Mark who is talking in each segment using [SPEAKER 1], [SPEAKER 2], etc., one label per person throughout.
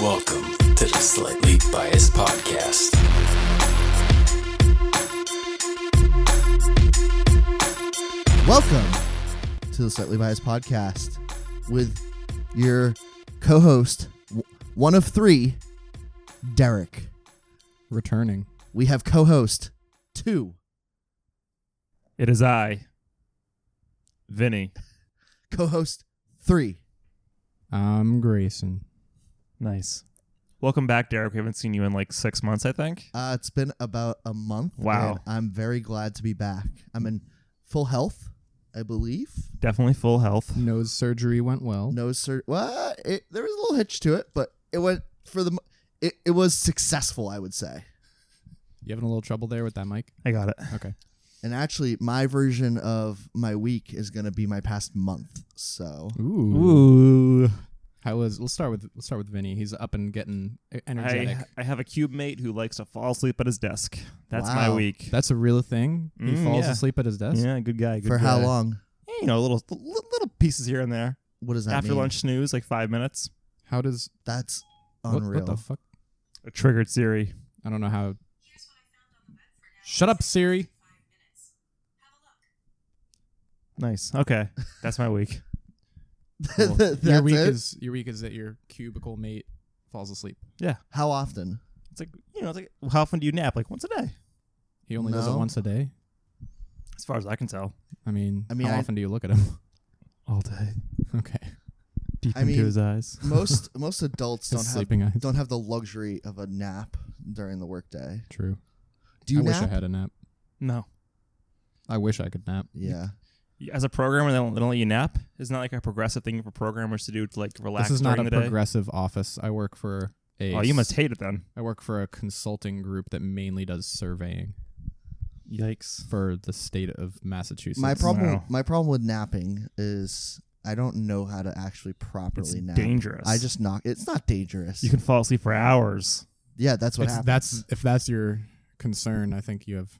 [SPEAKER 1] Welcome to the Slightly Biased Podcast.
[SPEAKER 2] Welcome to the Slightly Biased Podcast with your co host, one of three, Derek.
[SPEAKER 3] returning.
[SPEAKER 2] We have co host two,
[SPEAKER 4] It is I, Vinny.
[SPEAKER 2] co host three.
[SPEAKER 3] I'm Grayson.
[SPEAKER 4] Nice. Welcome back, Derek. We haven't seen you in like six months, I think.
[SPEAKER 2] Uh, it's been about a month.
[SPEAKER 4] Wow.
[SPEAKER 2] and I'm very glad to be back. I'm in full health, I believe.
[SPEAKER 4] Definitely full health.
[SPEAKER 3] Nose surgery went well.
[SPEAKER 2] No, sir. Well, it, there was a little hitch to it, but it went for the. mo- It, it was successful, I would say.
[SPEAKER 3] You having a little trouble there with that mic?
[SPEAKER 4] I got it.
[SPEAKER 3] Okay.
[SPEAKER 2] And actually, my version of my week is going to be my past month. So
[SPEAKER 3] Ooh.
[SPEAKER 4] Ooh.
[SPEAKER 3] How was? Let's start with let's start with Vinny. He's up and getting e- energetic.
[SPEAKER 4] I, I have a cube mate who likes to fall asleep at his desk. That's my
[SPEAKER 2] Wow.
[SPEAKER 4] week.
[SPEAKER 3] That's a real thing. He
[SPEAKER 4] Mm,
[SPEAKER 3] falls
[SPEAKER 4] yeah.
[SPEAKER 3] asleep at his desk.
[SPEAKER 4] yeah, good guy. Good
[SPEAKER 2] for how
[SPEAKER 4] guy.
[SPEAKER 2] long?
[SPEAKER 4] Eh, You know, little little little pieces here and there.
[SPEAKER 2] What does that
[SPEAKER 4] After
[SPEAKER 2] mean?
[SPEAKER 4] lunch snooze, like five minutes.
[SPEAKER 3] How does?
[SPEAKER 2] That's
[SPEAKER 3] What,
[SPEAKER 2] unreal.
[SPEAKER 3] what the fuck?
[SPEAKER 4] A triggered Siri.
[SPEAKER 3] I don't know how. Shut up, Siri.
[SPEAKER 4] Nice. Okay, that's my week.
[SPEAKER 3] Well,
[SPEAKER 2] That's
[SPEAKER 3] your week
[SPEAKER 2] it?
[SPEAKER 3] is your week is that your cubicle mate falls asleep.
[SPEAKER 2] how often?
[SPEAKER 4] It's like you know, it's like how often do you nap? Like once a day,
[SPEAKER 3] He only does it
[SPEAKER 2] No.
[SPEAKER 3] once a day.
[SPEAKER 4] as far as I can tell.
[SPEAKER 3] I mean,
[SPEAKER 2] I mean,
[SPEAKER 3] how
[SPEAKER 2] I-
[SPEAKER 3] often do you look at him?
[SPEAKER 4] All day,
[SPEAKER 3] okay.
[SPEAKER 4] deep
[SPEAKER 2] I
[SPEAKER 4] into
[SPEAKER 2] mean-
[SPEAKER 4] his eyes.
[SPEAKER 2] Most most adults don't
[SPEAKER 3] His
[SPEAKER 2] have
[SPEAKER 3] sleeping eyes.
[SPEAKER 2] don't have the luxury of a nap during the workday.
[SPEAKER 3] True.
[SPEAKER 2] Do you
[SPEAKER 3] I
[SPEAKER 2] nap?
[SPEAKER 3] wish I had a nap.
[SPEAKER 4] No,
[SPEAKER 3] I wish I could nap.
[SPEAKER 2] Yeah.
[SPEAKER 4] as a programmer, they don't, they don't let you nap. Isn't that like a progressive thing for programmers to do to like relax
[SPEAKER 3] This is not
[SPEAKER 4] during
[SPEAKER 3] a
[SPEAKER 4] the day?
[SPEAKER 3] progressive office. I work for a.
[SPEAKER 4] oh, you must hate it then.
[SPEAKER 3] I work for a consulting group that mainly does surveying
[SPEAKER 4] Yikes!
[SPEAKER 3] for the state of Massachusetts.
[SPEAKER 2] My problem
[SPEAKER 4] Wow.
[SPEAKER 2] my problem with napping is I don't know how to actually properly
[SPEAKER 4] It's
[SPEAKER 2] nap.
[SPEAKER 4] dangerous.
[SPEAKER 2] I just knock. It's not dangerous.
[SPEAKER 4] you can fall asleep for hours.
[SPEAKER 2] yeah, that's what
[SPEAKER 3] It's-
[SPEAKER 2] happens.
[SPEAKER 3] that's if that's your concern. I think you have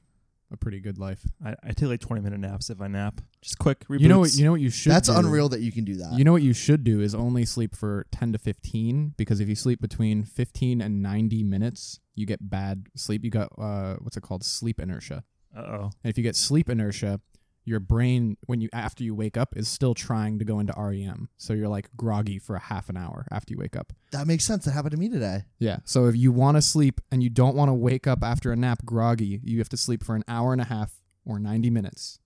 [SPEAKER 3] a pretty good life.
[SPEAKER 4] I, I take like twenty minute naps if I nap. Just quick reboots.
[SPEAKER 3] You know what? You know what you should.
[SPEAKER 2] That's
[SPEAKER 3] do?
[SPEAKER 2] unreal that you can do that.
[SPEAKER 3] You know what you should do is only sleep for ten to fifteen because if you sleep between fifteen and ninety minutes, you get bad sleep. You got uh, what's it called? Sleep inertia.
[SPEAKER 4] Uh oh.
[SPEAKER 3] And if you get sleep inertia, your brain when you after you wake up is still trying to go into REM. So you're like groggy for a half an hour after you wake up.
[SPEAKER 2] that makes sense. That happened to me today.
[SPEAKER 3] Yeah. So if you want to sleep and you don't want to wake up after a nap groggy, you have to sleep for an hour and a half or 90 minutes.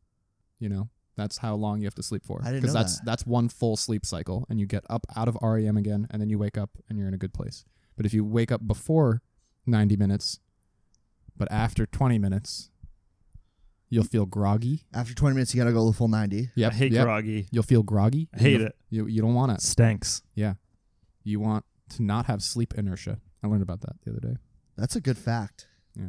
[SPEAKER 3] You know, that's how long you have to sleep for.
[SPEAKER 2] I didn't know
[SPEAKER 3] that's
[SPEAKER 2] that.
[SPEAKER 3] that's one full sleep cycle and you get up out of REM again and then you wake up and you're in a good place. But if you wake up before 90 minutes but after 20 minutes, you'll feel groggy.
[SPEAKER 2] After 20 minutes, you got to go the full 90.
[SPEAKER 3] Yep.
[SPEAKER 4] I hate
[SPEAKER 3] yep.
[SPEAKER 4] groggy.
[SPEAKER 3] You'll feel groggy.
[SPEAKER 4] I hate
[SPEAKER 3] You-
[SPEAKER 4] it.
[SPEAKER 3] You you don't want it.
[SPEAKER 4] Stinks.
[SPEAKER 3] You want to not have sleep inertia. I learned about that the other day.
[SPEAKER 2] That's a good fact.
[SPEAKER 3] Yeah.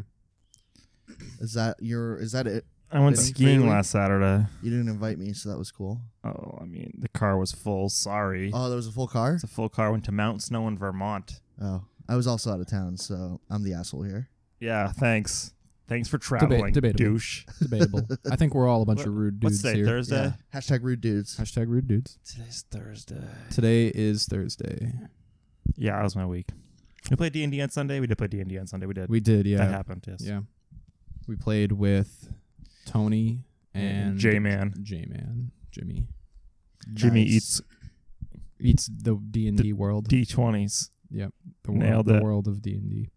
[SPEAKER 2] Is that your? Is that it?
[SPEAKER 4] I went
[SPEAKER 2] Vinny,
[SPEAKER 4] skiing
[SPEAKER 2] really?
[SPEAKER 4] last Saturday.
[SPEAKER 2] You didn't invite me, so that was cool.
[SPEAKER 4] Oh, I mean the car was full. Sorry.
[SPEAKER 3] Uh.
[SPEAKER 2] Oh, there was a full car.
[SPEAKER 4] It's a full car. Went to Mount Snow in Vermont.
[SPEAKER 2] Oh, I was also out of town, so I'm the asshole here.
[SPEAKER 4] Yeah. Thanks. Thanks for traveling,
[SPEAKER 3] debatable.
[SPEAKER 4] douche.
[SPEAKER 3] Debatable. I think we're all a bunch
[SPEAKER 4] What-
[SPEAKER 3] of rude
[SPEAKER 4] What's
[SPEAKER 3] dudes
[SPEAKER 4] today?
[SPEAKER 3] here.
[SPEAKER 4] Thursday.
[SPEAKER 2] Yeah. Hashtag rude dudes.
[SPEAKER 3] Hashtag rude dudes.
[SPEAKER 4] Today's Thursday.
[SPEAKER 3] Today is Thursday.
[SPEAKER 4] Yeah, that was my week. We played D and D on Sunday. We did play D and D on Sunday. We did.
[SPEAKER 3] We did, yeah,
[SPEAKER 4] That happened. Yes.
[SPEAKER 3] yeah. We played with Tony and
[SPEAKER 4] J Man.
[SPEAKER 3] J Man, Jimmy
[SPEAKER 4] Jimmy E.
[SPEAKER 2] Nice.
[SPEAKER 4] eats
[SPEAKER 3] eats the D and D world,
[SPEAKER 4] D twenties.
[SPEAKER 3] the world,
[SPEAKER 4] nailed
[SPEAKER 3] the
[SPEAKER 4] it.
[SPEAKER 3] world of D and D.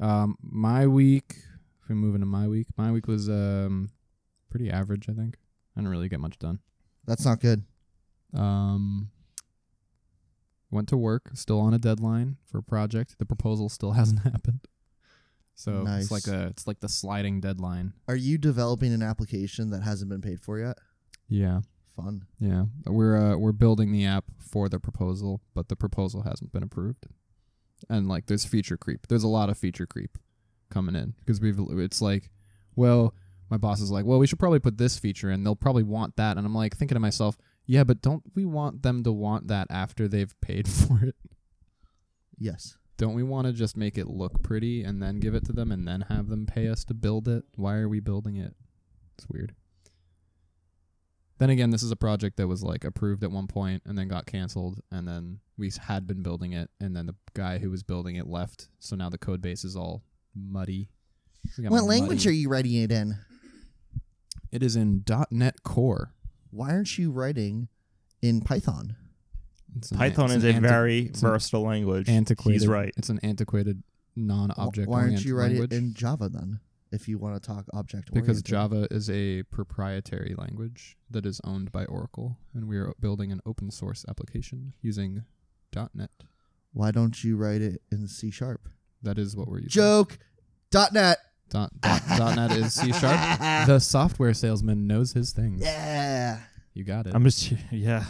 [SPEAKER 3] Um, my week. If we move into my week, my week was um pretty average. I think I didn't really get much done.
[SPEAKER 2] That's not good.
[SPEAKER 3] Um, went to work, still on a deadline for a project. The proposal still hasn't happened. So
[SPEAKER 2] Nice.
[SPEAKER 3] it's like a it's like the sliding deadline.
[SPEAKER 2] Are you developing an application that hasn't been paid for yet?
[SPEAKER 3] Yeah,
[SPEAKER 2] Fun.
[SPEAKER 3] yeah. We're uh, we're building the app for the proposal, but the proposal hasn't been approved. And like, there's feature creep. There's a lot of feature creep coming in because we've. It's like, well, my boss is like, well, we should probably put this feature in. They'll probably want that, and I'm like thinking to myself, yeah, but don't we want them to want that after they've paid for it?
[SPEAKER 2] Yes.
[SPEAKER 3] Don't we want to just make it look pretty and then give it to them and then have them pay us to build it? Why are we building it? It's weird. Then again, this is a project that was like approved at one point and then got canceled, and then we s- had been building it, and then the guy who was building it left, so now the code base is all muddy. We got
[SPEAKER 2] What language
[SPEAKER 3] muddy-
[SPEAKER 2] are you writing it in?
[SPEAKER 3] It is in .NET Core.
[SPEAKER 2] Why aren't you writing in Python?
[SPEAKER 3] It's an-
[SPEAKER 4] Python
[SPEAKER 3] it's
[SPEAKER 4] is
[SPEAKER 3] an
[SPEAKER 4] a
[SPEAKER 3] anti-
[SPEAKER 4] very
[SPEAKER 3] it's an
[SPEAKER 4] versatile language.
[SPEAKER 3] antiquated.
[SPEAKER 4] He's right.
[SPEAKER 3] It's an antiquated non-object.
[SPEAKER 2] Why aren't you writing
[SPEAKER 3] language.
[SPEAKER 2] it in Java then? If you want to talk object
[SPEAKER 3] Because
[SPEAKER 2] oriented?
[SPEAKER 3] Java is a proprietary language that is owned by Oracle, and we are building an open source application using .NET.
[SPEAKER 2] Why don't you write it in C sharp?
[SPEAKER 3] That is what we're using.
[SPEAKER 2] Joke. Dot net.
[SPEAKER 3] Dot, dot, dot .NET is C sharp. The software salesman knows his thing.
[SPEAKER 2] Yeah.
[SPEAKER 3] You got it.
[SPEAKER 4] I'm
[SPEAKER 3] I'm,
[SPEAKER 4] just yeah.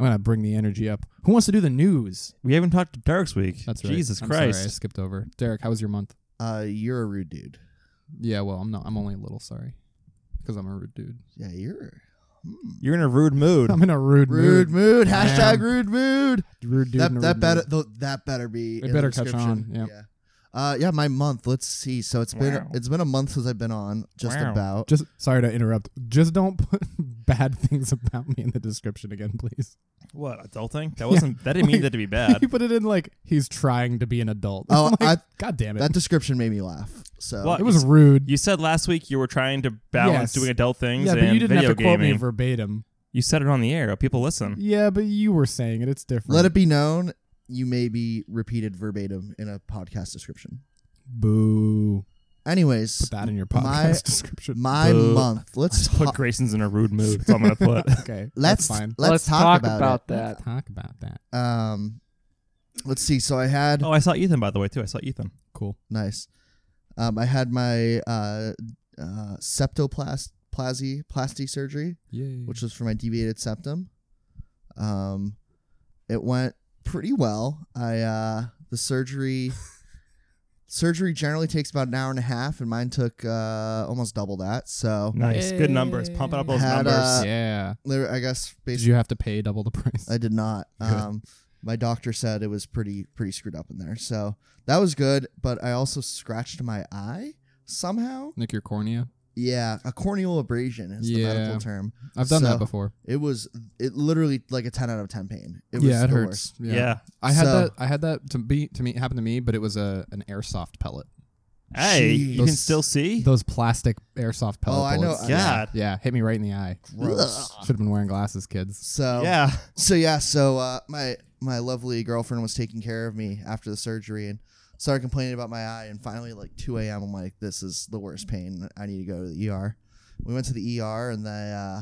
[SPEAKER 3] gonna bring the energy up. Who wants to do the news?
[SPEAKER 4] We haven't talked to Derek's week.
[SPEAKER 3] That's right.
[SPEAKER 4] Jesus
[SPEAKER 3] I'm
[SPEAKER 4] Christ.
[SPEAKER 3] Sorry, I skipped over. Derek, how was your month?
[SPEAKER 2] Uh, you're a rude dude.
[SPEAKER 3] Yeah, well, I'm not. I'm only a little sorry because I'm a rude dude.
[SPEAKER 2] Yeah, you're. Hmm.
[SPEAKER 4] You're in a rude mood.
[SPEAKER 3] I'm in a rude,
[SPEAKER 2] Rude mood. Hashtag
[SPEAKER 3] Damn.
[SPEAKER 2] rude mood.
[SPEAKER 3] Rude dude.
[SPEAKER 2] that
[SPEAKER 3] in a
[SPEAKER 2] that
[SPEAKER 3] rude
[SPEAKER 2] better
[SPEAKER 3] mood.
[SPEAKER 2] th- that better be.
[SPEAKER 3] It
[SPEAKER 2] in the
[SPEAKER 3] better catch
[SPEAKER 2] description.
[SPEAKER 3] on, yeah.
[SPEAKER 2] Yeah. Uh, yeah, my month. Let's see. So it's been
[SPEAKER 4] Wow.
[SPEAKER 2] it's been a month since I've been on. Just
[SPEAKER 4] Wow.
[SPEAKER 2] about.
[SPEAKER 3] Just sorry to interrupt. Just don't put bad things about me in the description again, please.
[SPEAKER 4] What adulting? That wasn't. That didn't mean that to be bad.
[SPEAKER 3] you put it in like he's trying to be an adult.
[SPEAKER 2] Oh,
[SPEAKER 3] I'm like,
[SPEAKER 2] I-
[SPEAKER 3] God damn it!
[SPEAKER 2] that description made me laugh. So
[SPEAKER 4] What?
[SPEAKER 3] it was rude.
[SPEAKER 4] You said last week you were trying to balance
[SPEAKER 3] Yes.
[SPEAKER 4] doing adult things
[SPEAKER 3] yeah,
[SPEAKER 4] and
[SPEAKER 3] but you didn't have
[SPEAKER 4] video
[SPEAKER 3] to quote
[SPEAKER 4] gaming.
[SPEAKER 3] me verbatim.
[SPEAKER 4] you said it on the air. People listen.
[SPEAKER 3] Yeah, but you were saying it. It's different.
[SPEAKER 2] Hmm. let it be known, you may be repeated verbatim in a podcast description.
[SPEAKER 3] Boo!
[SPEAKER 2] Anyways,
[SPEAKER 3] Put that in your podcast
[SPEAKER 2] My-
[SPEAKER 3] description.
[SPEAKER 2] my
[SPEAKER 4] Boo.
[SPEAKER 2] month.
[SPEAKER 4] I
[SPEAKER 2] Let's
[SPEAKER 4] just put
[SPEAKER 2] talk.
[SPEAKER 4] Grayson's in a rude mood. That's all I'm gonna put.
[SPEAKER 3] okay,
[SPEAKER 2] Let's
[SPEAKER 3] that's fine.
[SPEAKER 2] let's, talk, about,
[SPEAKER 3] Let's
[SPEAKER 5] that.
[SPEAKER 3] talk about that.
[SPEAKER 2] it. Um, let's see. So I had
[SPEAKER 4] oh, I saw Ethan by the way too. I saw Ethan.
[SPEAKER 3] Cool.
[SPEAKER 2] nice. Um, I had my uh, uh, septoplast plasy plasty surgery.
[SPEAKER 3] Yay!
[SPEAKER 2] which was for my deviated septum. Um, it went pretty well. I uh, the surgery surgery generally takes about an hour and a half, and mine took uh, almost double that. So
[SPEAKER 4] Nice. Good numbers. Pumping up those
[SPEAKER 2] Had,
[SPEAKER 4] numbers.
[SPEAKER 2] uh,
[SPEAKER 3] yeah.
[SPEAKER 2] there- I guess
[SPEAKER 3] Did
[SPEAKER 2] basically
[SPEAKER 3] you have to pay double the price?
[SPEAKER 2] I did not.
[SPEAKER 3] Good.
[SPEAKER 2] Um, my doctor said it was pretty pretty screwed up in there, so that was good. But I also scratched my eye somehow.
[SPEAKER 3] Nick, your cornea.
[SPEAKER 2] Yeah, a corneal abrasion is the
[SPEAKER 3] Yeah.
[SPEAKER 2] medical term.
[SPEAKER 3] I've done
[SPEAKER 2] So-
[SPEAKER 3] that before.
[SPEAKER 2] It was it literally like a ten out of ten pain. It was
[SPEAKER 3] yeah, it
[SPEAKER 2] the
[SPEAKER 3] hurts.
[SPEAKER 2] worst.
[SPEAKER 4] yeah.
[SPEAKER 3] I had
[SPEAKER 2] So-
[SPEAKER 3] that. I had that to be to me happened to me, but it was a an airsoft pellet.
[SPEAKER 4] Hey, you
[SPEAKER 3] Those-
[SPEAKER 4] can still see.
[SPEAKER 3] Those plastic airsoft pellet.
[SPEAKER 2] Oh, I know-
[SPEAKER 3] bullets.
[SPEAKER 2] I know.
[SPEAKER 4] God.
[SPEAKER 3] Yeah, hit me right in the eye.
[SPEAKER 2] Gross.
[SPEAKER 3] Should have been wearing glasses, kids.
[SPEAKER 2] So
[SPEAKER 4] Yeah.
[SPEAKER 2] so yeah, so uh, my my lovely girlfriend was taking care of me after the surgery and started complaining about my eye. And finally, like 2 a.m., I'm like, this is the worst pain. I need to go to the ER. We went to the ER and they uh,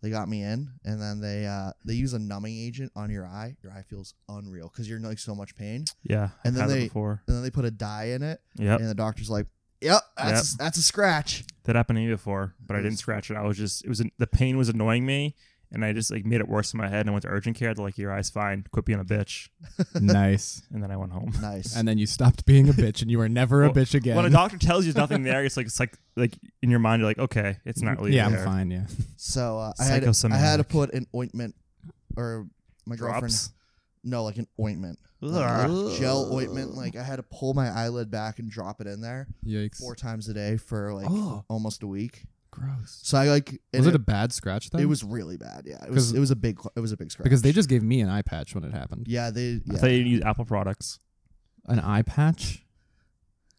[SPEAKER 2] they got me in, and then they uh, they use a numbing agent on your eye. Your eye feels unreal because you're in like so much pain.
[SPEAKER 4] Yeah.
[SPEAKER 2] And
[SPEAKER 4] I've
[SPEAKER 2] then
[SPEAKER 4] had that
[SPEAKER 2] they-
[SPEAKER 4] before.
[SPEAKER 2] And then they put a dye in it,
[SPEAKER 4] Yep.
[SPEAKER 2] and the doctor's like, yep, that's that's a scratch.
[SPEAKER 4] That happened to me before, but I didn't scratch it. I was just it was the pain was annoying me, and I just like made it worse in my head. And I went to urgent care. They're like, "Your eye's fine. Quit being a bitch."
[SPEAKER 3] nice.
[SPEAKER 4] And then I went home.
[SPEAKER 2] Nice.
[SPEAKER 3] And then you stopped being a bitch, and you were never a
[SPEAKER 4] Well,
[SPEAKER 3] bitch again.
[SPEAKER 4] When a doctor tells you there's nothing there, it's like it's like like in your mind, you're like, "Okay, it's not really
[SPEAKER 3] Mm, yeah,
[SPEAKER 4] there."
[SPEAKER 3] I'm fine. Yeah.
[SPEAKER 2] so uh, I had I had to
[SPEAKER 4] Psychosomatic.
[SPEAKER 2] put an ointment, or my girlfriend
[SPEAKER 4] Drops.
[SPEAKER 2] No, like an ointment. Like,
[SPEAKER 4] Ugh.
[SPEAKER 2] a gel ointment. Like I had to pull my eyelid back and drop it in there
[SPEAKER 3] Yikes.
[SPEAKER 2] four times a day for like
[SPEAKER 3] Oh.
[SPEAKER 2] almost a week.
[SPEAKER 3] Gross.
[SPEAKER 2] So I like and
[SPEAKER 3] Was it a bad scratch then?
[SPEAKER 2] it was really bad. Yeah, it was
[SPEAKER 3] 'Cause-
[SPEAKER 2] it was a big it was a big scratch
[SPEAKER 3] because they just gave me an eye patch when it happened.
[SPEAKER 2] yeah they
[SPEAKER 4] I
[SPEAKER 2] yeah.
[SPEAKER 4] thought you use Apple products.
[SPEAKER 3] An eye patch.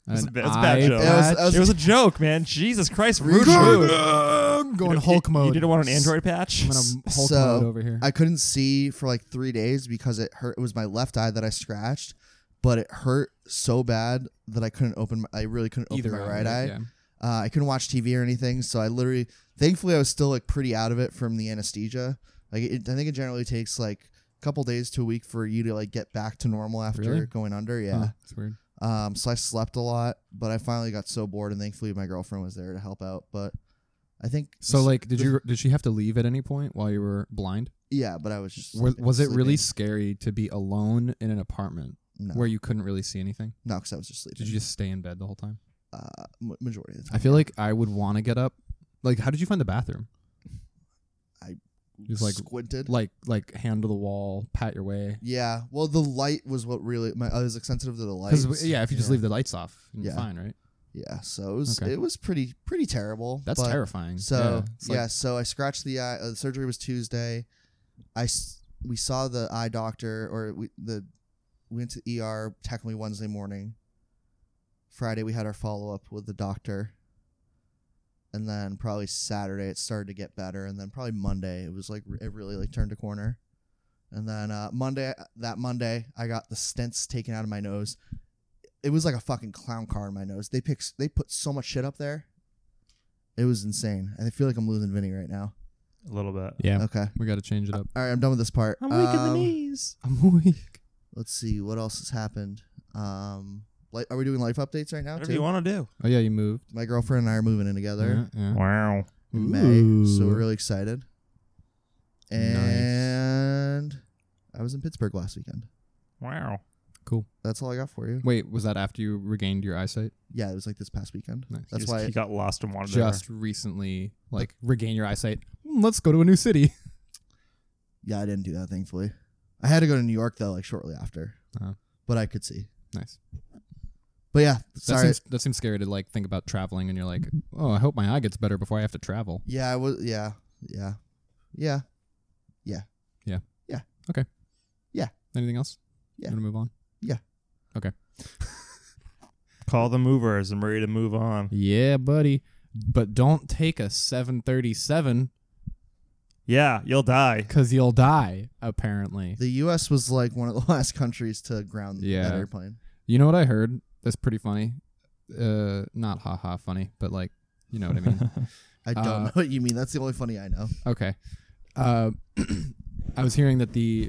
[SPEAKER 4] That's
[SPEAKER 3] An
[SPEAKER 4] a ba- that's a bad
[SPEAKER 3] eye
[SPEAKER 4] joke.
[SPEAKER 2] It was-
[SPEAKER 3] patch?
[SPEAKER 2] I was-
[SPEAKER 4] It was a joke, man. Jesus Christ,
[SPEAKER 2] Rude.
[SPEAKER 4] rude move.
[SPEAKER 3] I'm
[SPEAKER 4] You
[SPEAKER 3] going
[SPEAKER 4] know,
[SPEAKER 3] Hulk
[SPEAKER 4] you,
[SPEAKER 3] mode.
[SPEAKER 4] You didn't want an Android patch.
[SPEAKER 3] I'm gonna Hulk
[SPEAKER 2] So,
[SPEAKER 3] mode over here.
[SPEAKER 2] I couldn't see for like three days because it hurt. It was my left eye that I scratched, but it hurt so bad that I couldn't open. My, I really couldn't open my right eye.
[SPEAKER 3] Yeah.
[SPEAKER 2] Uh, I couldn't watch TV or anything, so I literally, thankfully, I was still like pretty out of it from the anesthesia. Like, it, I think it generally takes like a couple days to a week for you to like get back to normal after
[SPEAKER 3] Really?
[SPEAKER 2] going under.
[SPEAKER 3] Huh,
[SPEAKER 2] Yeah.
[SPEAKER 3] it's weird.
[SPEAKER 2] Um. So I slept a lot, but I finally got so bored, and thankfully my girlfriend was there to help out. But I think
[SPEAKER 3] So like, did you did she have to leave at any point while you were blind?
[SPEAKER 2] Yeah, but I was just
[SPEAKER 3] Was,
[SPEAKER 2] sleeping-
[SPEAKER 3] was it really
[SPEAKER 2] sleeping.
[SPEAKER 3] scary to be alone in an apartment
[SPEAKER 2] no
[SPEAKER 3] where you couldn't really see anything?
[SPEAKER 2] no because I was just sleeping.
[SPEAKER 3] Did you just stay in bed the whole time?
[SPEAKER 2] uh, ma- majority of the
[SPEAKER 3] I
[SPEAKER 2] time.
[SPEAKER 3] feel like I would want to get up. Like, how did you find the bathroom? just, like,
[SPEAKER 2] squinted.
[SPEAKER 3] Like, like hand to the wall, pat your way.
[SPEAKER 2] yeah. Well, the light was what really my I was like sensitive to the light.
[SPEAKER 3] Because yeah, if you just leave the lights off, you're
[SPEAKER 2] Yeah.
[SPEAKER 3] fine, right?
[SPEAKER 2] Yeah, so it was
[SPEAKER 3] Okay.
[SPEAKER 2] it was pretty pretty terrible.
[SPEAKER 3] That's
[SPEAKER 2] but-
[SPEAKER 3] terrifying.
[SPEAKER 2] So
[SPEAKER 3] yeah,
[SPEAKER 2] yeah,
[SPEAKER 3] it's like-
[SPEAKER 2] so I scratched the eye. Uh, the surgery was Tuesday. I s- we saw the eye doctor, or we the we went to ER technically Wednesday morning. Friday we had our follow up with the doctor, and then probably Saturday it started to get better, and then probably Monday it was like it really like turned a corner, and then uh, Monday that Monday I got the stents taken out of my nose. It was like a fucking clown car in my nose. They pick they put so much shit up there. It was insane. I feel like I'm losing Vinny right now.
[SPEAKER 4] a little bit.
[SPEAKER 3] yeah,
[SPEAKER 2] Okay.
[SPEAKER 3] we got to change it up.
[SPEAKER 2] All right, I'm done with this part. Um,
[SPEAKER 4] knees.
[SPEAKER 3] I'm weak.
[SPEAKER 2] Let's see what else has happened. Um, like, are we doing life updates right now
[SPEAKER 4] Whatever
[SPEAKER 2] too?
[SPEAKER 4] you want to do.
[SPEAKER 3] Oh yeah, you moved.
[SPEAKER 2] My girlfriend and I are moving in together
[SPEAKER 3] Yeah, yeah.
[SPEAKER 4] Wow.
[SPEAKER 2] in May, so
[SPEAKER 3] Ooh.
[SPEAKER 2] we're really excited. And I was in Pittsburgh last weekend.
[SPEAKER 4] Wow.
[SPEAKER 3] cool.
[SPEAKER 2] That's all I got for you.
[SPEAKER 3] Wait, was that after you regained your eyesight?
[SPEAKER 2] Yeah, it was like this past weekend.
[SPEAKER 3] Nice.
[SPEAKER 2] That's
[SPEAKER 4] you just,
[SPEAKER 2] why
[SPEAKER 4] you got lost and wandered.
[SPEAKER 3] Just recently, like regain your eyesight. Mm, Let's go to a new city.
[SPEAKER 2] yeah, I didn't do that. Thankfully, I had to go to New York though, like shortly after.
[SPEAKER 3] Uh-huh.
[SPEAKER 2] But I could see.
[SPEAKER 3] Nice.
[SPEAKER 2] But yeah,
[SPEAKER 3] That
[SPEAKER 2] sorry.
[SPEAKER 3] seems that seems scary to like think about traveling, and you're like, oh, I hope my eye gets better before I have to travel.
[SPEAKER 2] Yeah, I was. Yeah, yeah, yeah.
[SPEAKER 3] Anything else?
[SPEAKER 2] Yeah.
[SPEAKER 3] You wanna move on?
[SPEAKER 4] there. Call the movers. I'm ready to move on.
[SPEAKER 3] Yeah, buddy. But don't take a 737
[SPEAKER 4] Yeah, you'll die.
[SPEAKER 3] because you'll die. Apparently.
[SPEAKER 2] The U.S. was like one of the last countries to ground
[SPEAKER 3] Yeah.
[SPEAKER 2] that airplane.
[SPEAKER 3] You know what I heard? That's pretty funny. Uh, not ha ha funny, but like, you know what I mean.
[SPEAKER 2] I don't
[SPEAKER 3] Uh,
[SPEAKER 2] know what you mean. That's the only funny I know.
[SPEAKER 3] Okay. Uh, I was hearing that the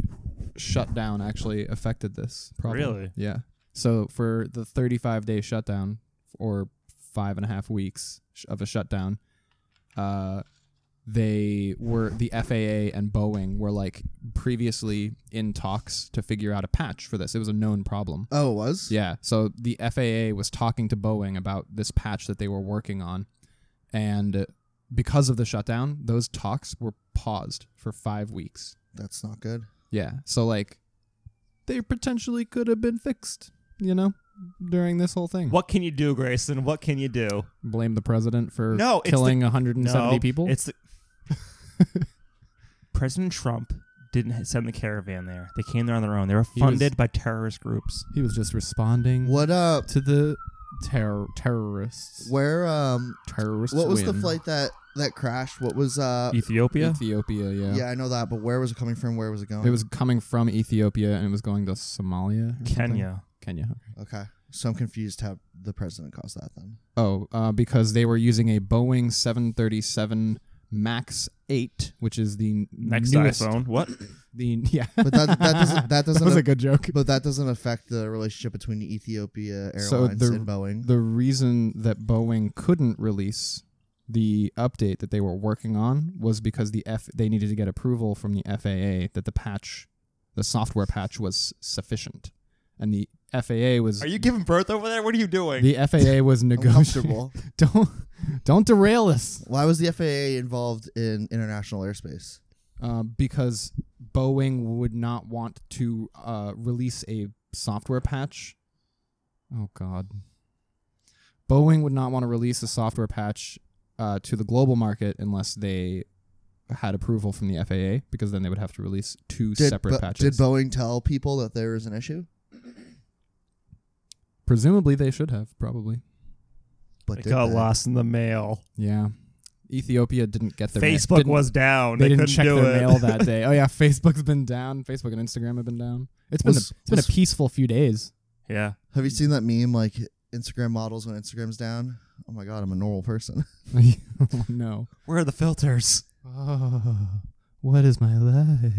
[SPEAKER 3] shutdown actually affected this. Problem.
[SPEAKER 4] Really?
[SPEAKER 3] Yeah. So for the 35 day shutdown or five and a half weeks sh- of a shutdown, uh, they were the FAA and Boeing were like previously in talks to figure out a patch for this. It was a known problem.
[SPEAKER 2] Oh, it was
[SPEAKER 3] Yeah. So the FAA was talking to Boeing about this patch that they were working on. And because of the shutdown, those talks were paused for five weeks.
[SPEAKER 2] That's not good.
[SPEAKER 3] Yeah. So, like, they potentially could have been fixed, you know, during this whole thing.
[SPEAKER 4] What can you do, Grayson? What can you do?
[SPEAKER 3] Blame the president for
[SPEAKER 4] No, it's
[SPEAKER 3] killing
[SPEAKER 4] No,
[SPEAKER 3] 170 people?
[SPEAKER 4] It's the President Trump didn't ha- send the caravan there. They came there on their own. They were
[SPEAKER 3] He was-
[SPEAKER 4] funded by terrorist groups.
[SPEAKER 3] he was just responding
[SPEAKER 2] What uh?
[SPEAKER 3] to the terror terrorists.
[SPEAKER 2] Where um?
[SPEAKER 3] Terrorists.
[SPEAKER 2] What was the
[SPEAKER 3] win.
[SPEAKER 2] flight that that crashed? What was uh?
[SPEAKER 4] Ethiopia.
[SPEAKER 3] Ethiopia, yeah.
[SPEAKER 2] Yeah, I know that, but where was it coming from? Where was it going?
[SPEAKER 3] It was coming from Ethiopia and it was going to Somalia. or something?
[SPEAKER 4] Kenya.
[SPEAKER 3] Kenya.
[SPEAKER 2] okay. So I'm confused how the president caused that then.
[SPEAKER 3] Oh, uh, because they were using a Boeing 737 Max 8, which is the
[SPEAKER 4] Next
[SPEAKER 3] newest,
[SPEAKER 4] iPhone. What?
[SPEAKER 3] The yeah.
[SPEAKER 2] But that that doesn't that doesn't.
[SPEAKER 3] was a good joke.
[SPEAKER 2] but that doesn't affect the relationship between Ethiopia Airlines
[SPEAKER 3] So the-
[SPEAKER 2] and Boeing.
[SPEAKER 3] The reason that Boeing couldn't release the update that they were working on was because the F they needed to get approval from the FAA that the patch, the software patch, was sufficient, and the FAA was
[SPEAKER 4] Are you giving birth over there? What are you doing?
[SPEAKER 3] the FAA was negotiating.
[SPEAKER 2] Uncomfortable.
[SPEAKER 3] don't don't derail us.
[SPEAKER 2] Why was the FAA involved in international airspace?
[SPEAKER 3] uh, because Boeing would not want to uh, release a software patch. Oh God. Boeing would not want to release a software patch uh, to the global market unless they had approval from the FAA, because then they would have to release two separate
[SPEAKER 2] Bo-
[SPEAKER 3] patches.
[SPEAKER 2] Did Boeing tell people that there was an issue?
[SPEAKER 3] Presumably, they should have probably.
[SPEAKER 2] But
[SPEAKER 4] It
[SPEAKER 2] did
[SPEAKER 4] got
[SPEAKER 2] they?
[SPEAKER 4] lost in the mail.
[SPEAKER 3] Yeah. Ethiopia didn't get their ma-
[SPEAKER 4] Facebook
[SPEAKER 3] didn't-
[SPEAKER 4] was down.
[SPEAKER 3] They, didn't
[SPEAKER 4] couldn't
[SPEAKER 3] check
[SPEAKER 4] do
[SPEAKER 3] their
[SPEAKER 4] it.
[SPEAKER 3] mail that day. Oh yeah, Facebook's been down. Facebook and Instagram have been down. It's been
[SPEAKER 2] Was-
[SPEAKER 3] a, it's been a
[SPEAKER 2] was-
[SPEAKER 3] peaceful few days.
[SPEAKER 4] yeah.
[SPEAKER 2] Have you seen that meme like Instagram models when Instagram's down? Oh my god, I'm a normal person.
[SPEAKER 3] oh, no.
[SPEAKER 4] Where are the filters?
[SPEAKER 3] Oh, what is my life?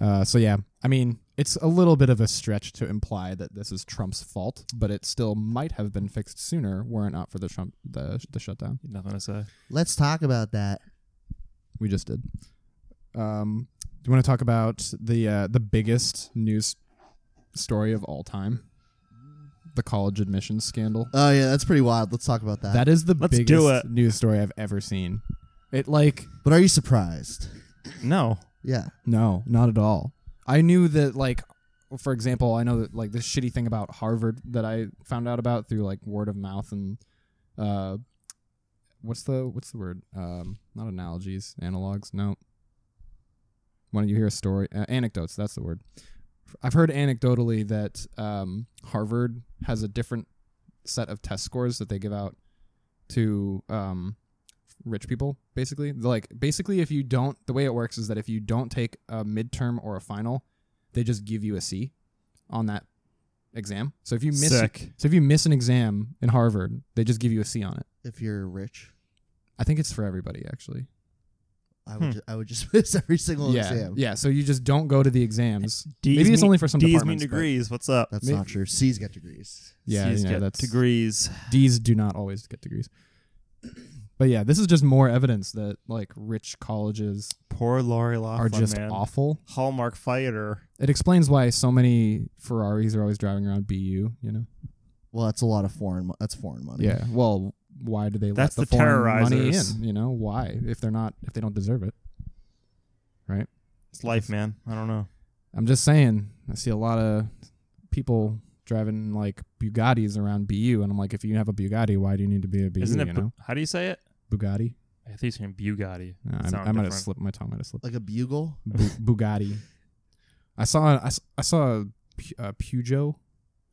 [SPEAKER 3] Uh, so yeah, I mean, it's a little bit of a stretch to imply that this is Trump's fault, but it still might have been fixed sooner were it not for the Trump the the shutdown.
[SPEAKER 4] Nothing to say.
[SPEAKER 2] Let's talk about that.
[SPEAKER 3] We just did. Um, do you want to talk about the uh, the biggest news story of all time, the college admissions scandal?
[SPEAKER 2] Oh yeah, that's pretty wild. Let's talk about that.
[SPEAKER 3] That is the
[SPEAKER 4] Let's do
[SPEAKER 3] biggest
[SPEAKER 4] it.
[SPEAKER 3] news story I've ever seen. It like
[SPEAKER 2] but are you surprised?
[SPEAKER 4] No.
[SPEAKER 2] Yeah.
[SPEAKER 3] No, not at all. I knew that like for example, I know that like this shitty thing about Harvard that I found out about through like word of mouth and uh what's the what's the word? Um not analogies, analogs, no. When you hear a story, uh, anecdotes, that's the word. I've heard anecdotally that um Harvard has a different set of test scores that they give out to um rich people basically like basically if you don't the way it works is that if you don't take a midterm or a final they just give you a c on that exam so if you miss
[SPEAKER 4] Sick.
[SPEAKER 3] so if you miss an exam in harvard they just give you a c on it
[SPEAKER 2] if you're rich.
[SPEAKER 3] i think it's for everybody actually
[SPEAKER 2] I
[SPEAKER 4] Hmm.
[SPEAKER 2] would ju- I would just miss every single
[SPEAKER 3] yeah
[SPEAKER 2] exam.
[SPEAKER 3] yeah so you just don't go to the exams
[SPEAKER 4] D's
[SPEAKER 3] maybe it's
[SPEAKER 4] mean-
[SPEAKER 3] only for some
[SPEAKER 4] D's mean
[SPEAKER 3] departments but-
[SPEAKER 4] degrees. What's up?
[SPEAKER 2] That's
[SPEAKER 3] Maybe-
[SPEAKER 2] not true. C's got degrees.
[SPEAKER 3] yeah
[SPEAKER 4] C's
[SPEAKER 3] you know,
[SPEAKER 4] get
[SPEAKER 3] that's
[SPEAKER 4] degrees.
[SPEAKER 3] D's do not always get degrees but yeah this is just more evidence that like rich colleges
[SPEAKER 4] Poor Lori Laughlin,
[SPEAKER 3] are just
[SPEAKER 4] man.
[SPEAKER 3] awful
[SPEAKER 4] Hallmark fighter.
[SPEAKER 3] It explains why so many Ferraris are always driving around BU, you know?
[SPEAKER 2] Well, that's a lot of foreign. mo- That's foreign money.
[SPEAKER 3] Yeah. Well, why do they
[SPEAKER 4] That's
[SPEAKER 3] let
[SPEAKER 4] the
[SPEAKER 3] the, foreign money
[SPEAKER 4] terrorizers.
[SPEAKER 3] in? You know, why? If they're not if they don't deserve it. Right?
[SPEAKER 4] It's life, man. I don't know.
[SPEAKER 3] I'm just saying, I see a lot of people driving like Bugattis around BU and I'm like, if you have a Bugatti, why do you need to be a BU,
[SPEAKER 4] Isn't it?
[SPEAKER 3] you
[SPEAKER 4] Bu-
[SPEAKER 3] know?
[SPEAKER 4] how do you say it?
[SPEAKER 3] Bugatti?
[SPEAKER 4] I think it's named Bugatti.
[SPEAKER 3] No, I,
[SPEAKER 4] Sound
[SPEAKER 3] I might have
[SPEAKER 4] different.
[SPEAKER 3] slipped my tongue might have slipped.
[SPEAKER 2] like a bugle.
[SPEAKER 3] Bu- Bugatti. I saw I, s- I saw a, Pu- a Peugeot.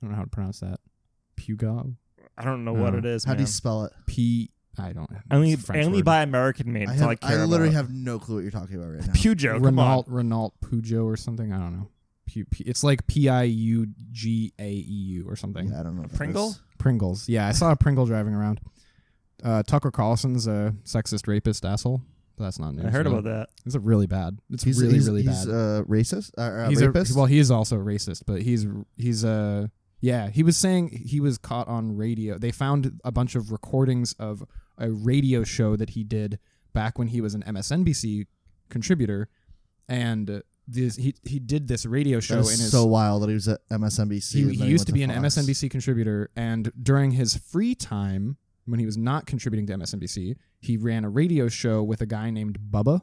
[SPEAKER 3] I don't know how to pronounce that. Pugo.
[SPEAKER 4] I don't know what
[SPEAKER 3] Oh.
[SPEAKER 4] it is.
[SPEAKER 2] How do you
[SPEAKER 4] man.
[SPEAKER 2] spell it?
[SPEAKER 3] P. I don't.
[SPEAKER 4] I only,
[SPEAKER 3] it's a
[SPEAKER 4] I
[SPEAKER 3] French
[SPEAKER 4] only
[SPEAKER 3] word.
[SPEAKER 4] buy American made.
[SPEAKER 2] I,
[SPEAKER 4] That's all I
[SPEAKER 2] have, I
[SPEAKER 4] care
[SPEAKER 2] literally
[SPEAKER 4] about.
[SPEAKER 2] have no clue what you're talking about right now.
[SPEAKER 4] Peugeot. Come
[SPEAKER 3] Renault
[SPEAKER 4] on.
[SPEAKER 3] Renault Peugeot or something. I don't know. Pu- P- it's like P I U G A E U or something.
[SPEAKER 2] Yeah, I don't know. what that
[SPEAKER 4] Pringle?
[SPEAKER 2] is.
[SPEAKER 3] Pringles. Yeah, I saw a Pringle driving around. Uh, Tucker Carlson's a sexist rapist asshole. But that's not news.
[SPEAKER 4] I heard
[SPEAKER 3] really.
[SPEAKER 4] about that.
[SPEAKER 3] It's a really bad. It's
[SPEAKER 2] He's
[SPEAKER 3] really
[SPEAKER 2] he's,
[SPEAKER 3] really
[SPEAKER 2] he's,
[SPEAKER 3] bad.
[SPEAKER 2] Uh, racist. Uh, uh,
[SPEAKER 3] he's
[SPEAKER 2] rapist.
[SPEAKER 3] A, well, he's also racist, but he's he's uh, yeah. He was saying he was caught on radio. They found a bunch of recordings of a radio show that he did back when he was an MSNBC contributor, and uh, this he he did this radio show
[SPEAKER 2] that
[SPEAKER 3] in
[SPEAKER 2] is
[SPEAKER 3] his
[SPEAKER 2] so wild that he was at MSNBC.
[SPEAKER 3] he,
[SPEAKER 2] and
[SPEAKER 3] he
[SPEAKER 2] then
[SPEAKER 3] used
[SPEAKER 2] went
[SPEAKER 3] to be an
[SPEAKER 2] Fox.
[SPEAKER 3] MSNBC contributor, and during his free time, when he was not contributing to MSNBC, he ran a radio show with a guy named Bubba,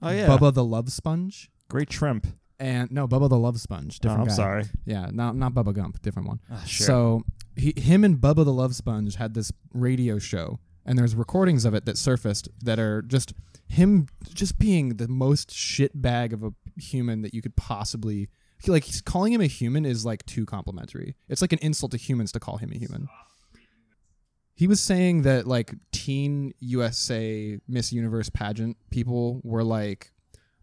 [SPEAKER 4] Oh yeah.
[SPEAKER 3] Bubba the Love Sponge,
[SPEAKER 4] Great shrimp.
[SPEAKER 3] and no, Bubba the Love Sponge,
[SPEAKER 4] Oh,
[SPEAKER 3] different
[SPEAKER 4] I'm
[SPEAKER 3] guy.
[SPEAKER 4] sorry.
[SPEAKER 3] Yeah, not not Bubba Gump, different one.
[SPEAKER 4] Ah, sure.
[SPEAKER 3] So he, him and Bubba the Love Sponge had this radio show, and there's recordings of it that surfaced that are just him just being the most shit bag of a human that you could possibly like. He's calling him a human is like too complimentary. It's like an insult to humans to call him a human. He was saying that like teen USA Miss Universe pageant people were like,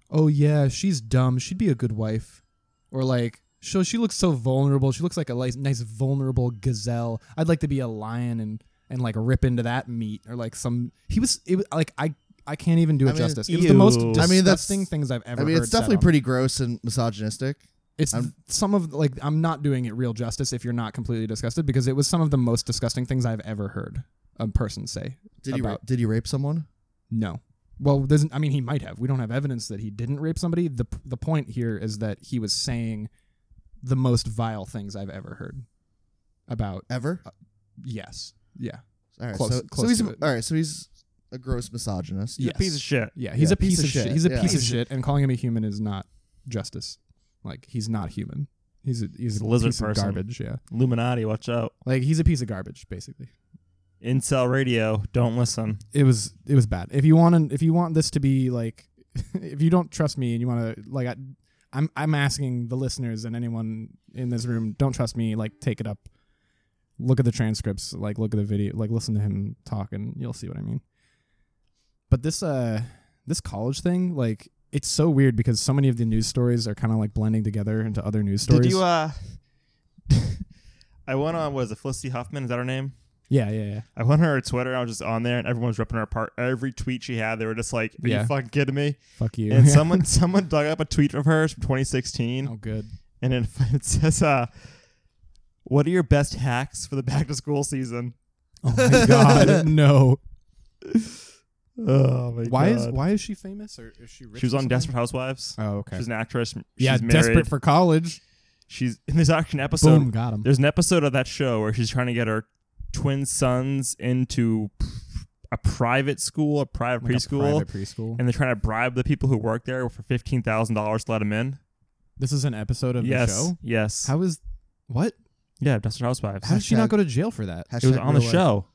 [SPEAKER 3] "Oh yeah, she's dumb. She'd be a good wife." Or like, "So she looks so vulnerable. She looks like a li- nice vulnerable gazelle. I'd like to be a lion and and like rip into that meat." Or like some he was it was like I I can't even do it
[SPEAKER 2] I mean,
[SPEAKER 3] justice. It was the most
[SPEAKER 2] I
[SPEAKER 4] ew.
[SPEAKER 2] mean, that's-
[SPEAKER 3] disgusting things I've ever
[SPEAKER 2] I mean,
[SPEAKER 3] heard
[SPEAKER 2] it's
[SPEAKER 3] said
[SPEAKER 2] definitely
[SPEAKER 3] on-
[SPEAKER 2] pretty gross and misogynistic.
[SPEAKER 3] it's
[SPEAKER 2] I'm-
[SPEAKER 3] some of like I'm not doing it real justice if you're not completely disgusted because it was some of the most disgusting things I've ever heard a person say.
[SPEAKER 2] Did he ra-
[SPEAKER 3] About-
[SPEAKER 2] did he rape someone?
[SPEAKER 3] No. Well, there's I mean he might have. We don't have evidence that he didn't rape somebody. The the point here is that he was saying the most vile things I've ever heard about
[SPEAKER 2] Ever?
[SPEAKER 3] yes. Yeah.
[SPEAKER 2] All right,
[SPEAKER 3] Uh, close-
[SPEAKER 2] so,
[SPEAKER 3] close
[SPEAKER 2] so he's
[SPEAKER 3] to it.
[SPEAKER 2] all right. So he's a gross misogynist.
[SPEAKER 4] He's a
[SPEAKER 3] yes.
[SPEAKER 4] piece of shit.
[SPEAKER 3] Yeah, he's
[SPEAKER 2] Yeah,
[SPEAKER 3] a piece, of, shit. He's a
[SPEAKER 2] yeah.
[SPEAKER 3] piece of shit and calling him a human is not justice. Like he's not human. He's a he's
[SPEAKER 4] He's
[SPEAKER 3] a
[SPEAKER 4] a lizard
[SPEAKER 3] piece of
[SPEAKER 4] person.
[SPEAKER 3] garbage, yeah.
[SPEAKER 4] Illuminati, watch out.
[SPEAKER 3] Like he's a piece of garbage basically.
[SPEAKER 4] Incel radio, don't listen.
[SPEAKER 3] it was it was bad. If you want to, if you want this to be like, if you don't trust me and you want to like, I, I'm I'm asking the listeners and anyone in this room, don't trust me. Like, take it up. Look at the transcripts. Like, look at the video. Like, listen to him talk, and you'll see what I mean. But this uh this college thing, like, it's so weird because so many of the news stories are kind of like blending together into other news stories.
[SPEAKER 4] Did you uh I went on was it Felicity Huffman, is that her name?
[SPEAKER 3] yeah, yeah, yeah.
[SPEAKER 4] I went on her Twitter and I was just on there and everyone was ripping her apart. Every tweet she had, they were just like, Are
[SPEAKER 3] Yeah.
[SPEAKER 4] you fucking kidding me?
[SPEAKER 3] Fuck you.
[SPEAKER 4] And
[SPEAKER 3] Yeah.
[SPEAKER 4] someone someone dug up a tweet of hers from twenty sixteen
[SPEAKER 3] Oh, good.
[SPEAKER 4] and it, it says uh what are your best hacks for the back to school season?
[SPEAKER 3] Oh my god, no.
[SPEAKER 4] Oh my
[SPEAKER 3] Why
[SPEAKER 4] god.
[SPEAKER 3] is why is she famous or is she? Rich
[SPEAKER 4] she was
[SPEAKER 3] or
[SPEAKER 4] on
[SPEAKER 3] something?
[SPEAKER 4] Desperate Housewives.
[SPEAKER 3] Oh, okay.
[SPEAKER 4] She's an actress. She's
[SPEAKER 3] yeah,
[SPEAKER 4] married.
[SPEAKER 3] desperate for college.
[SPEAKER 4] she's and there's actually an episode
[SPEAKER 3] Boom, got him.
[SPEAKER 4] There's an episode of that show where she's trying to get her twin sons into a private school, a private
[SPEAKER 3] Like a
[SPEAKER 4] preschool,
[SPEAKER 3] private preschool.
[SPEAKER 4] and they're trying to bribe the people who work there for fifteen thousand dollars to let them in.
[SPEAKER 3] This is an episode of
[SPEAKER 4] yes,
[SPEAKER 3] the show.
[SPEAKER 4] yes.
[SPEAKER 6] How is what?
[SPEAKER 4] yeah, Desperate Housewives.
[SPEAKER 3] How did she
[SPEAKER 2] Hashtag-
[SPEAKER 3] not go to jail for that?
[SPEAKER 2] Hashtag
[SPEAKER 4] it was on the
[SPEAKER 2] real life.
[SPEAKER 4] show.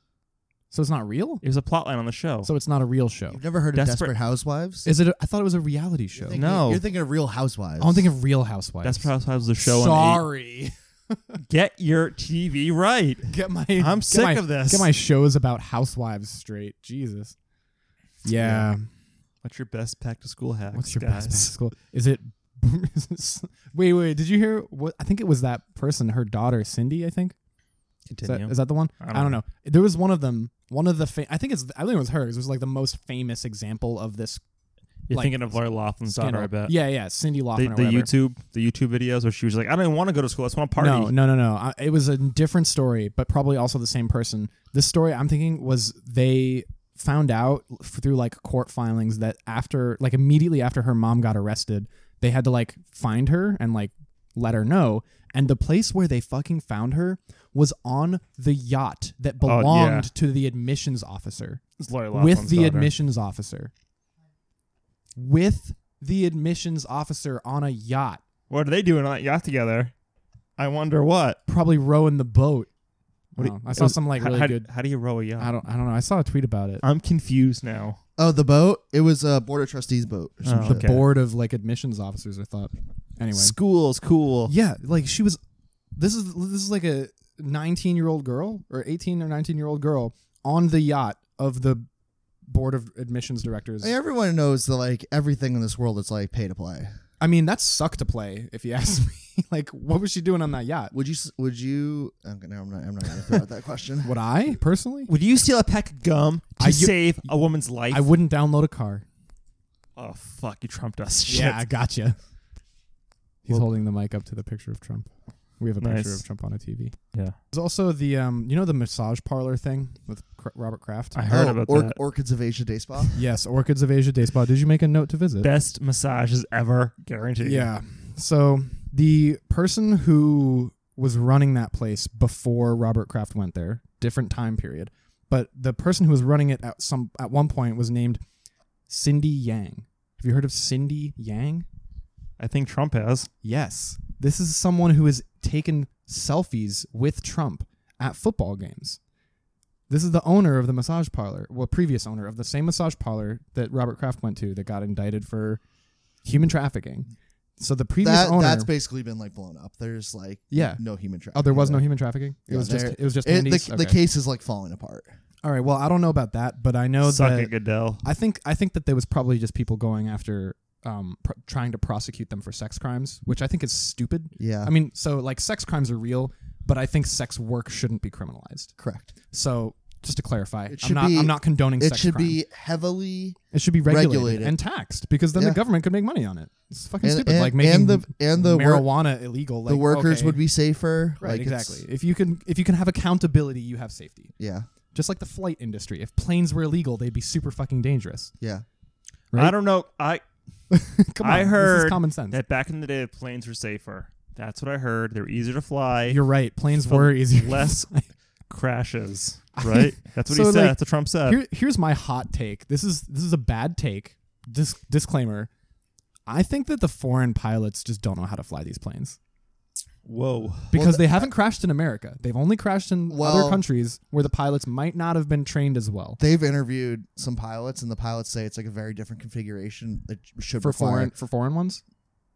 [SPEAKER 3] So it's not real.
[SPEAKER 4] It was a plot line on the show.
[SPEAKER 3] So it's not a real show.
[SPEAKER 2] You've never heard of
[SPEAKER 4] Desperate-
[SPEAKER 2] Desperate Housewives?
[SPEAKER 6] Is it? A, I thought it was a reality show.
[SPEAKER 2] You're thinking-
[SPEAKER 4] No.
[SPEAKER 2] you're thinking of Real Housewives.
[SPEAKER 3] I don't think of Real Housewives.
[SPEAKER 4] Desperate Housewives was the show. on the-
[SPEAKER 3] Sorry.
[SPEAKER 4] get your TV right.
[SPEAKER 3] get my.
[SPEAKER 4] I'm
[SPEAKER 3] get
[SPEAKER 4] sick
[SPEAKER 3] my-
[SPEAKER 4] of this.
[SPEAKER 3] Get my shows about housewives straight. Jesus. Yeah.
[SPEAKER 4] What's your best pack to school hack?
[SPEAKER 3] What's your
[SPEAKER 4] guys?
[SPEAKER 3] best basketball? Is it? is it s- wait, wait. Did you hear? What I think it was that person, her daughter Cindy. I think is that,
[SPEAKER 4] Continue.
[SPEAKER 3] is that the one?
[SPEAKER 4] I don't
[SPEAKER 3] know. There was one of them. One of the. Fa- I think it's. I think it was hers. It was like the most famous example of this.
[SPEAKER 4] You're
[SPEAKER 3] like,
[SPEAKER 4] thinking of Laura Laughlin's daughter,
[SPEAKER 3] scandal.
[SPEAKER 4] I bet.
[SPEAKER 3] Yeah, yeah. Cindy
[SPEAKER 4] The,
[SPEAKER 3] Lauper. or
[SPEAKER 4] the
[SPEAKER 3] whatever.
[SPEAKER 4] YouTube, the YouTube videos where she was like, "I don't even want to go to school. I just want to party."
[SPEAKER 3] No, no, no, no. I, it was a different story, but probably also the same person. This story I'm thinking was they found out f- through like court filings that after, like immediately after her mom got arrested, they had to like find her and like let her know. And the place where they fucking found her was on the yacht that
[SPEAKER 4] Oh, yeah.
[SPEAKER 3] belonged to the admissions officer
[SPEAKER 4] It's Laura
[SPEAKER 3] with
[SPEAKER 4] Laughlin's
[SPEAKER 3] the
[SPEAKER 4] daughter.
[SPEAKER 3] admissions officer. With the admissions officer on a yacht,
[SPEAKER 4] What are they doing on that yacht together? I wonder what.
[SPEAKER 3] probably rowing the boat.
[SPEAKER 4] What do
[SPEAKER 3] Oh,
[SPEAKER 4] you-
[SPEAKER 3] I saw
[SPEAKER 4] was-
[SPEAKER 3] some like
[SPEAKER 4] how, Oh.
[SPEAKER 3] really
[SPEAKER 4] how,
[SPEAKER 3] good.
[SPEAKER 4] How do you row a yacht?
[SPEAKER 3] I don't. I don't know. I saw a tweet about it.
[SPEAKER 4] I'm confused now.
[SPEAKER 2] Oh, the boat. It was a board of trustees boat. or some
[SPEAKER 4] Oh,
[SPEAKER 2] shit.
[SPEAKER 4] okay.
[SPEAKER 3] Board of like admissions officers. I thought. Anyway.
[SPEAKER 4] School's cool.
[SPEAKER 3] Yeah, like she was. This is this is like a 19 year old girl or 18 or 19 year old girl on the yacht of the board of admissions directors.
[SPEAKER 2] I mean, everyone knows that like everything in this world is like pay to play.
[SPEAKER 3] I mean, that sucked to play. If you ask me, like, what was she doing on that yacht?
[SPEAKER 2] Would you? s- Would you? Okay, no, I'm not. I'm not gonna throw out that question.
[SPEAKER 3] Would I personally?
[SPEAKER 4] Would you steal a pack of gum to
[SPEAKER 3] I- you-
[SPEAKER 4] save a woman's life?
[SPEAKER 3] I wouldn't download a car.
[SPEAKER 4] oh fuck! You trumped us.
[SPEAKER 3] Yeah, I
[SPEAKER 4] Shit.
[SPEAKER 3] gotcha. He's
[SPEAKER 4] Well-
[SPEAKER 3] holding the mic up to the picture of Trump. We have a picture
[SPEAKER 4] Nice.
[SPEAKER 3] of Trump on a TV.
[SPEAKER 4] Yeah.
[SPEAKER 3] There's also the um, you know, the massage parlor thing with Cr- Robert Kraft.
[SPEAKER 4] I heard
[SPEAKER 2] Oh,
[SPEAKER 4] about
[SPEAKER 2] Orc-
[SPEAKER 4] that.
[SPEAKER 2] Orchids of Asia Day Spa.
[SPEAKER 3] yes, Orchids of Asia Day Spa. Did you make a note to visit?
[SPEAKER 4] Best massages ever, guaranteed.
[SPEAKER 3] Yeah. So the person who was running that place before Robert Kraft went there, different time period, but the person who was running it at some at one point was named Cindy Yang. Have you heard of Cindy Yang?
[SPEAKER 4] I think Trump has.
[SPEAKER 3] Yes. This is someone who has taken selfies with Trump at football games. This is the owner of the massage parlor, well, previous owner of the same massage parlor that Robert Kraft went to that got indicted for human trafficking. So the previous
[SPEAKER 2] That
[SPEAKER 3] owner
[SPEAKER 2] that's basically been like blown up. There's like
[SPEAKER 3] Yeah.
[SPEAKER 2] no human trafficking.
[SPEAKER 3] Oh, there was no
[SPEAKER 2] there.
[SPEAKER 3] human trafficking. It
[SPEAKER 2] Yeah,
[SPEAKER 3] was just
[SPEAKER 2] there-
[SPEAKER 3] it was just
[SPEAKER 2] It, the,
[SPEAKER 3] Andy's?
[SPEAKER 2] the
[SPEAKER 3] Okay.
[SPEAKER 2] case is like falling apart.
[SPEAKER 3] All right, well, I don't know about that, but I know
[SPEAKER 4] Suck
[SPEAKER 3] that
[SPEAKER 4] it, Goodell.
[SPEAKER 3] I think I think that there was probably just people going after um, pr- trying to prosecute them for sex crimes, which I think is stupid.
[SPEAKER 2] Yeah,
[SPEAKER 3] I mean, so like sex crimes are real, but I think sex work shouldn't be criminalized.
[SPEAKER 2] correct.
[SPEAKER 3] So just to clarify,
[SPEAKER 2] It
[SPEAKER 3] I'm
[SPEAKER 2] should
[SPEAKER 3] not
[SPEAKER 2] be-
[SPEAKER 3] I'm not condoning
[SPEAKER 2] It
[SPEAKER 3] sex
[SPEAKER 2] should
[SPEAKER 3] crime.
[SPEAKER 2] be heavily
[SPEAKER 3] it should be regulated,
[SPEAKER 2] regulated.
[SPEAKER 3] and taxed because then
[SPEAKER 2] Yeah.
[SPEAKER 3] the government could make money on it. It's fucking
[SPEAKER 2] and,
[SPEAKER 3] stupid.
[SPEAKER 2] and,
[SPEAKER 3] like making
[SPEAKER 2] and the and the wor-
[SPEAKER 3] marijuana illegal. Like,
[SPEAKER 2] the workers
[SPEAKER 3] okay.
[SPEAKER 2] would be safer.
[SPEAKER 3] right.
[SPEAKER 2] like it's-
[SPEAKER 3] exactly. If you can if you can have accountability, you have safety.
[SPEAKER 2] Yeah,
[SPEAKER 3] Just like the flight industry. If planes were illegal, they'd be super fucking dangerous.
[SPEAKER 2] yeah.
[SPEAKER 3] Right?
[SPEAKER 4] I don't know. I
[SPEAKER 3] Come on.
[SPEAKER 4] I
[SPEAKER 3] this
[SPEAKER 4] heard
[SPEAKER 3] is common sense.
[SPEAKER 4] that back in the day, planes were safer. That's what I heard. They're easier to fly.
[SPEAKER 3] You're right. Planes
[SPEAKER 4] Felt
[SPEAKER 3] were easier.
[SPEAKER 4] less crashes, right? That's what
[SPEAKER 3] So,
[SPEAKER 4] he said.
[SPEAKER 3] like,
[SPEAKER 4] That's what Trump said.
[SPEAKER 3] Here, here's my hot take. This is this is a bad take. Dis- disclaimer. I think that the foreign pilots just don't know how to fly these planes
[SPEAKER 4] Whoa.
[SPEAKER 3] because they haven't crashed in America. They've only crashed in
[SPEAKER 2] Well-
[SPEAKER 3] other countries where the pilots might not have been trained as well.
[SPEAKER 2] They've interviewed some pilots, and the pilots say it's like a very different configuration that should
[SPEAKER 3] For
[SPEAKER 2] require
[SPEAKER 3] foreign for foreign ones,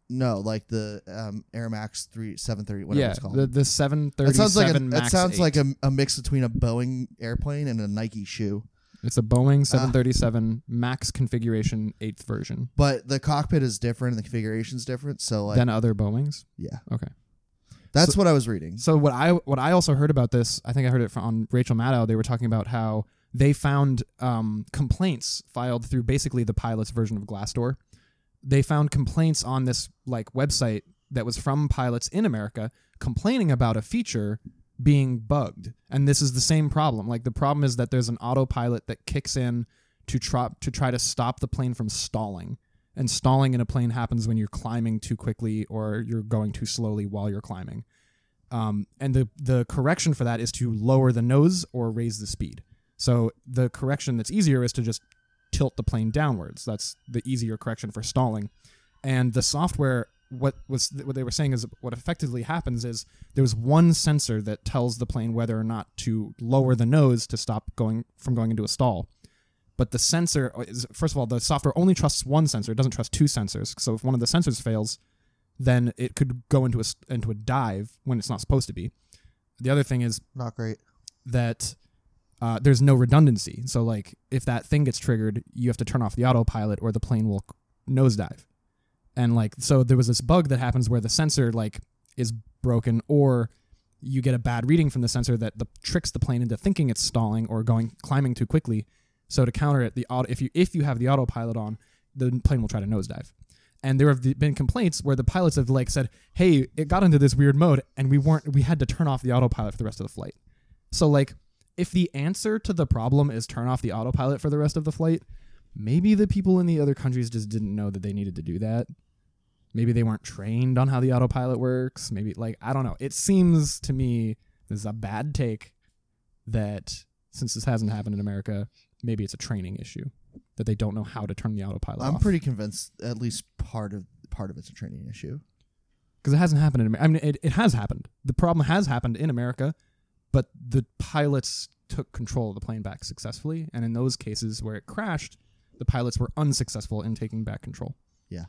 [SPEAKER 2] No, like the um, Air Max three seven thirty, whatever
[SPEAKER 3] yeah,
[SPEAKER 2] it's called.
[SPEAKER 3] the the seven thirty
[SPEAKER 2] that sounds like a,
[SPEAKER 3] seven
[SPEAKER 2] that
[SPEAKER 3] max.
[SPEAKER 2] sounds
[SPEAKER 3] 8.
[SPEAKER 2] like a, a mix between a Boeing airplane and a Nike shoe.
[SPEAKER 3] it's a
[SPEAKER 2] Uh.
[SPEAKER 3] Boeing seven thirty seven max configuration eighth version
[SPEAKER 2] But the cockpit is different, and the configuration's different. So like,
[SPEAKER 3] than other Boeings.
[SPEAKER 2] yeah,
[SPEAKER 3] Okay,
[SPEAKER 2] that's what I was reading.
[SPEAKER 3] So what I what I also heard about this, I think I heard it from, on Rachel Maddow. They were talking about how they found um, complaints filed through basically the pilot's version of Glassdoor. They found complaints on this like website that was from pilots in America complaining about a feature being bugged, and this is the same problem. Like the problem is that there's an autopilot that kicks in to try to try to stop the plane from stalling. And stalling in a plane happens when you're climbing too quickly or you're going too slowly while you're climbing. Um, and the the correction for that is to lower the nose or raise the speed. So the correction that's easier is to just tilt the plane downwards. That's the easier correction for stalling. And the software what was what they were saying is what effectively happens is there's one sensor that tells the plane whether or not to lower the nose to stop going from going into a stall. But the sensor uh, is first of all the software only trusts one sensor; it doesn't trust two sensors. So if one of the sensors fails, then it could go into a s- into a dive when it's not supposed to be. The other thing is
[SPEAKER 2] Not great.
[SPEAKER 3] that uh, there's no redundancy. So like if that thing gets triggered, you have to turn off the autopilot or the plane will nosedive. And like so there was this bug that happens where the sensor like is broken or you get a bad reading from the sensor that the, tricks the plane into thinking it's stalling or going climbing too quickly. So to counter it, the auto, if you if you have the autopilot on, the plane will try to nosedive. And there have been complaints where the pilots have like said, "Hey, it got into this weird mode, and we weren't we had to turn off the autopilot for the rest of the flight." So like if the answer to the problem is turn off the autopilot for the rest of the flight, maybe the people in the other countries just didn't know that they needed to do that. Maybe they weren't trained on how the autopilot works. Maybe like I don't know. It seems to me this is a bad take that since this hasn't happened in America, maybe it's a training issue that they don't know how to turn the autopilot
[SPEAKER 2] I'm
[SPEAKER 3] off.
[SPEAKER 2] pretty convinced at least part of part of it's a training issue.
[SPEAKER 3] because it hasn't happened in America. I mean, it, it has happened. The problem has happened in America, but the pilots took control of the plane back successfully. And in those cases where it crashed, the pilots were unsuccessful in taking back control.
[SPEAKER 2] Yeah.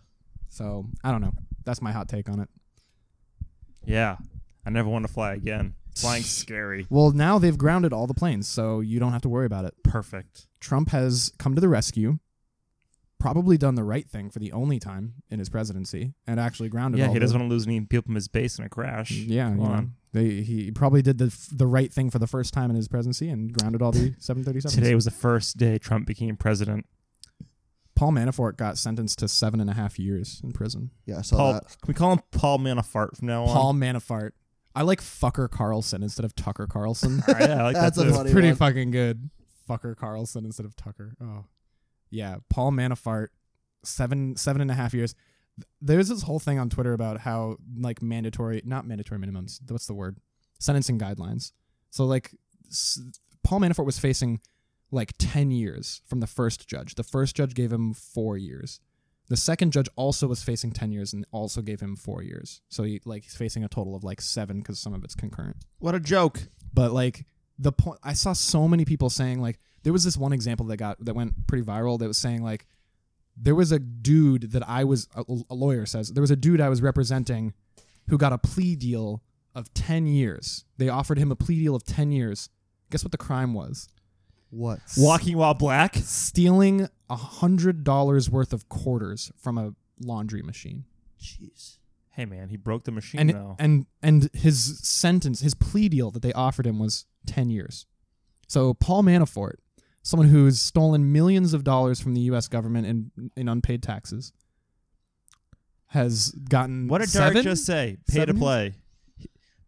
[SPEAKER 3] So I don't know. That's my hot take on it.
[SPEAKER 4] Yeah. I never want to fly again. Flying's scary.
[SPEAKER 3] Well, now they've grounded all the planes, so you don't have to worry about it.
[SPEAKER 4] Perfect.
[SPEAKER 3] Trump has come to the rescue, probably done the right thing for the only time in his presidency, and actually grounded.
[SPEAKER 4] Yeah,
[SPEAKER 3] all
[SPEAKER 4] he
[SPEAKER 3] the-
[SPEAKER 4] doesn't want to lose any people from his base in a crash.
[SPEAKER 3] Yeah,
[SPEAKER 4] Come
[SPEAKER 3] you know,
[SPEAKER 4] on.
[SPEAKER 3] they he probably did the f- the right thing for the first time in his presidency and grounded all the 737s.
[SPEAKER 4] Today was the first day Trump became president.
[SPEAKER 3] Paul Manafort got sentenced to seven and a half years in prison.
[SPEAKER 2] Yeah, I saw
[SPEAKER 4] Paul,
[SPEAKER 2] that.
[SPEAKER 4] can we call him Paul Manafart from now on?
[SPEAKER 3] Paul Manafart. I like fucker Carlson instead of Tucker Carlson.
[SPEAKER 4] All right, yeah, I like
[SPEAKER 2] That's a
[SPEAKER 4] that too.
[SPEAKER 2] funny
[SPEAKER 3] Pretty
[SPEAKER 2] one.
[SPEAKER 3] fucking good. Fucker Carlson instead of Tucker. Oh, yeah. Paul Manafort, seven seven and a half years. There's this whole thing on Twitter about how like mandatory, not mandatory minimums. What's the word? Sentencing guidelines. So like, s- Paul Manafort was facing like ten years from the first judge. The first judge gave him four years. The second judge also was facing ten years and also gave him four years. So he like he's facing a total of like seven because some of it's concurrent
[SPEAKER 4] What a joke.
[SPEAKER 3] but like the point i saw so many people saying like there was this one example that got that went pretty viral that was saying like there was a dude that i was a, a lawyer says there was a dude i was representing who got a plea deal of 10 years they offered him a plea deal of 10 years guess what the crime was
[SPEAKER 2] What?
[SPEAKER 4] Walking while black?
[SPEAKER 3] stealing a hundred dollars worth of quarters from a laundry machine
[SPEAKER 2] Jeez.
[SPEAKER 4] Hey, man, he broke the machine,
[SPEAKER 3] and
[SPEAKER 4] though.
[SPEAKER 3] and and his sentence, his plea deal that they offered him was ten years. So Paul Manafort, someone who's stolen millions of dollars from the U.S. government in in unpaid taxes, has gotten
[SPEAKER 4] what did
[SPEAKER 3] seven?
[SPEAKER 4] Derek just say? Pay to
[SPEAKER 3] Seven years?
[SPEAKER 4] play.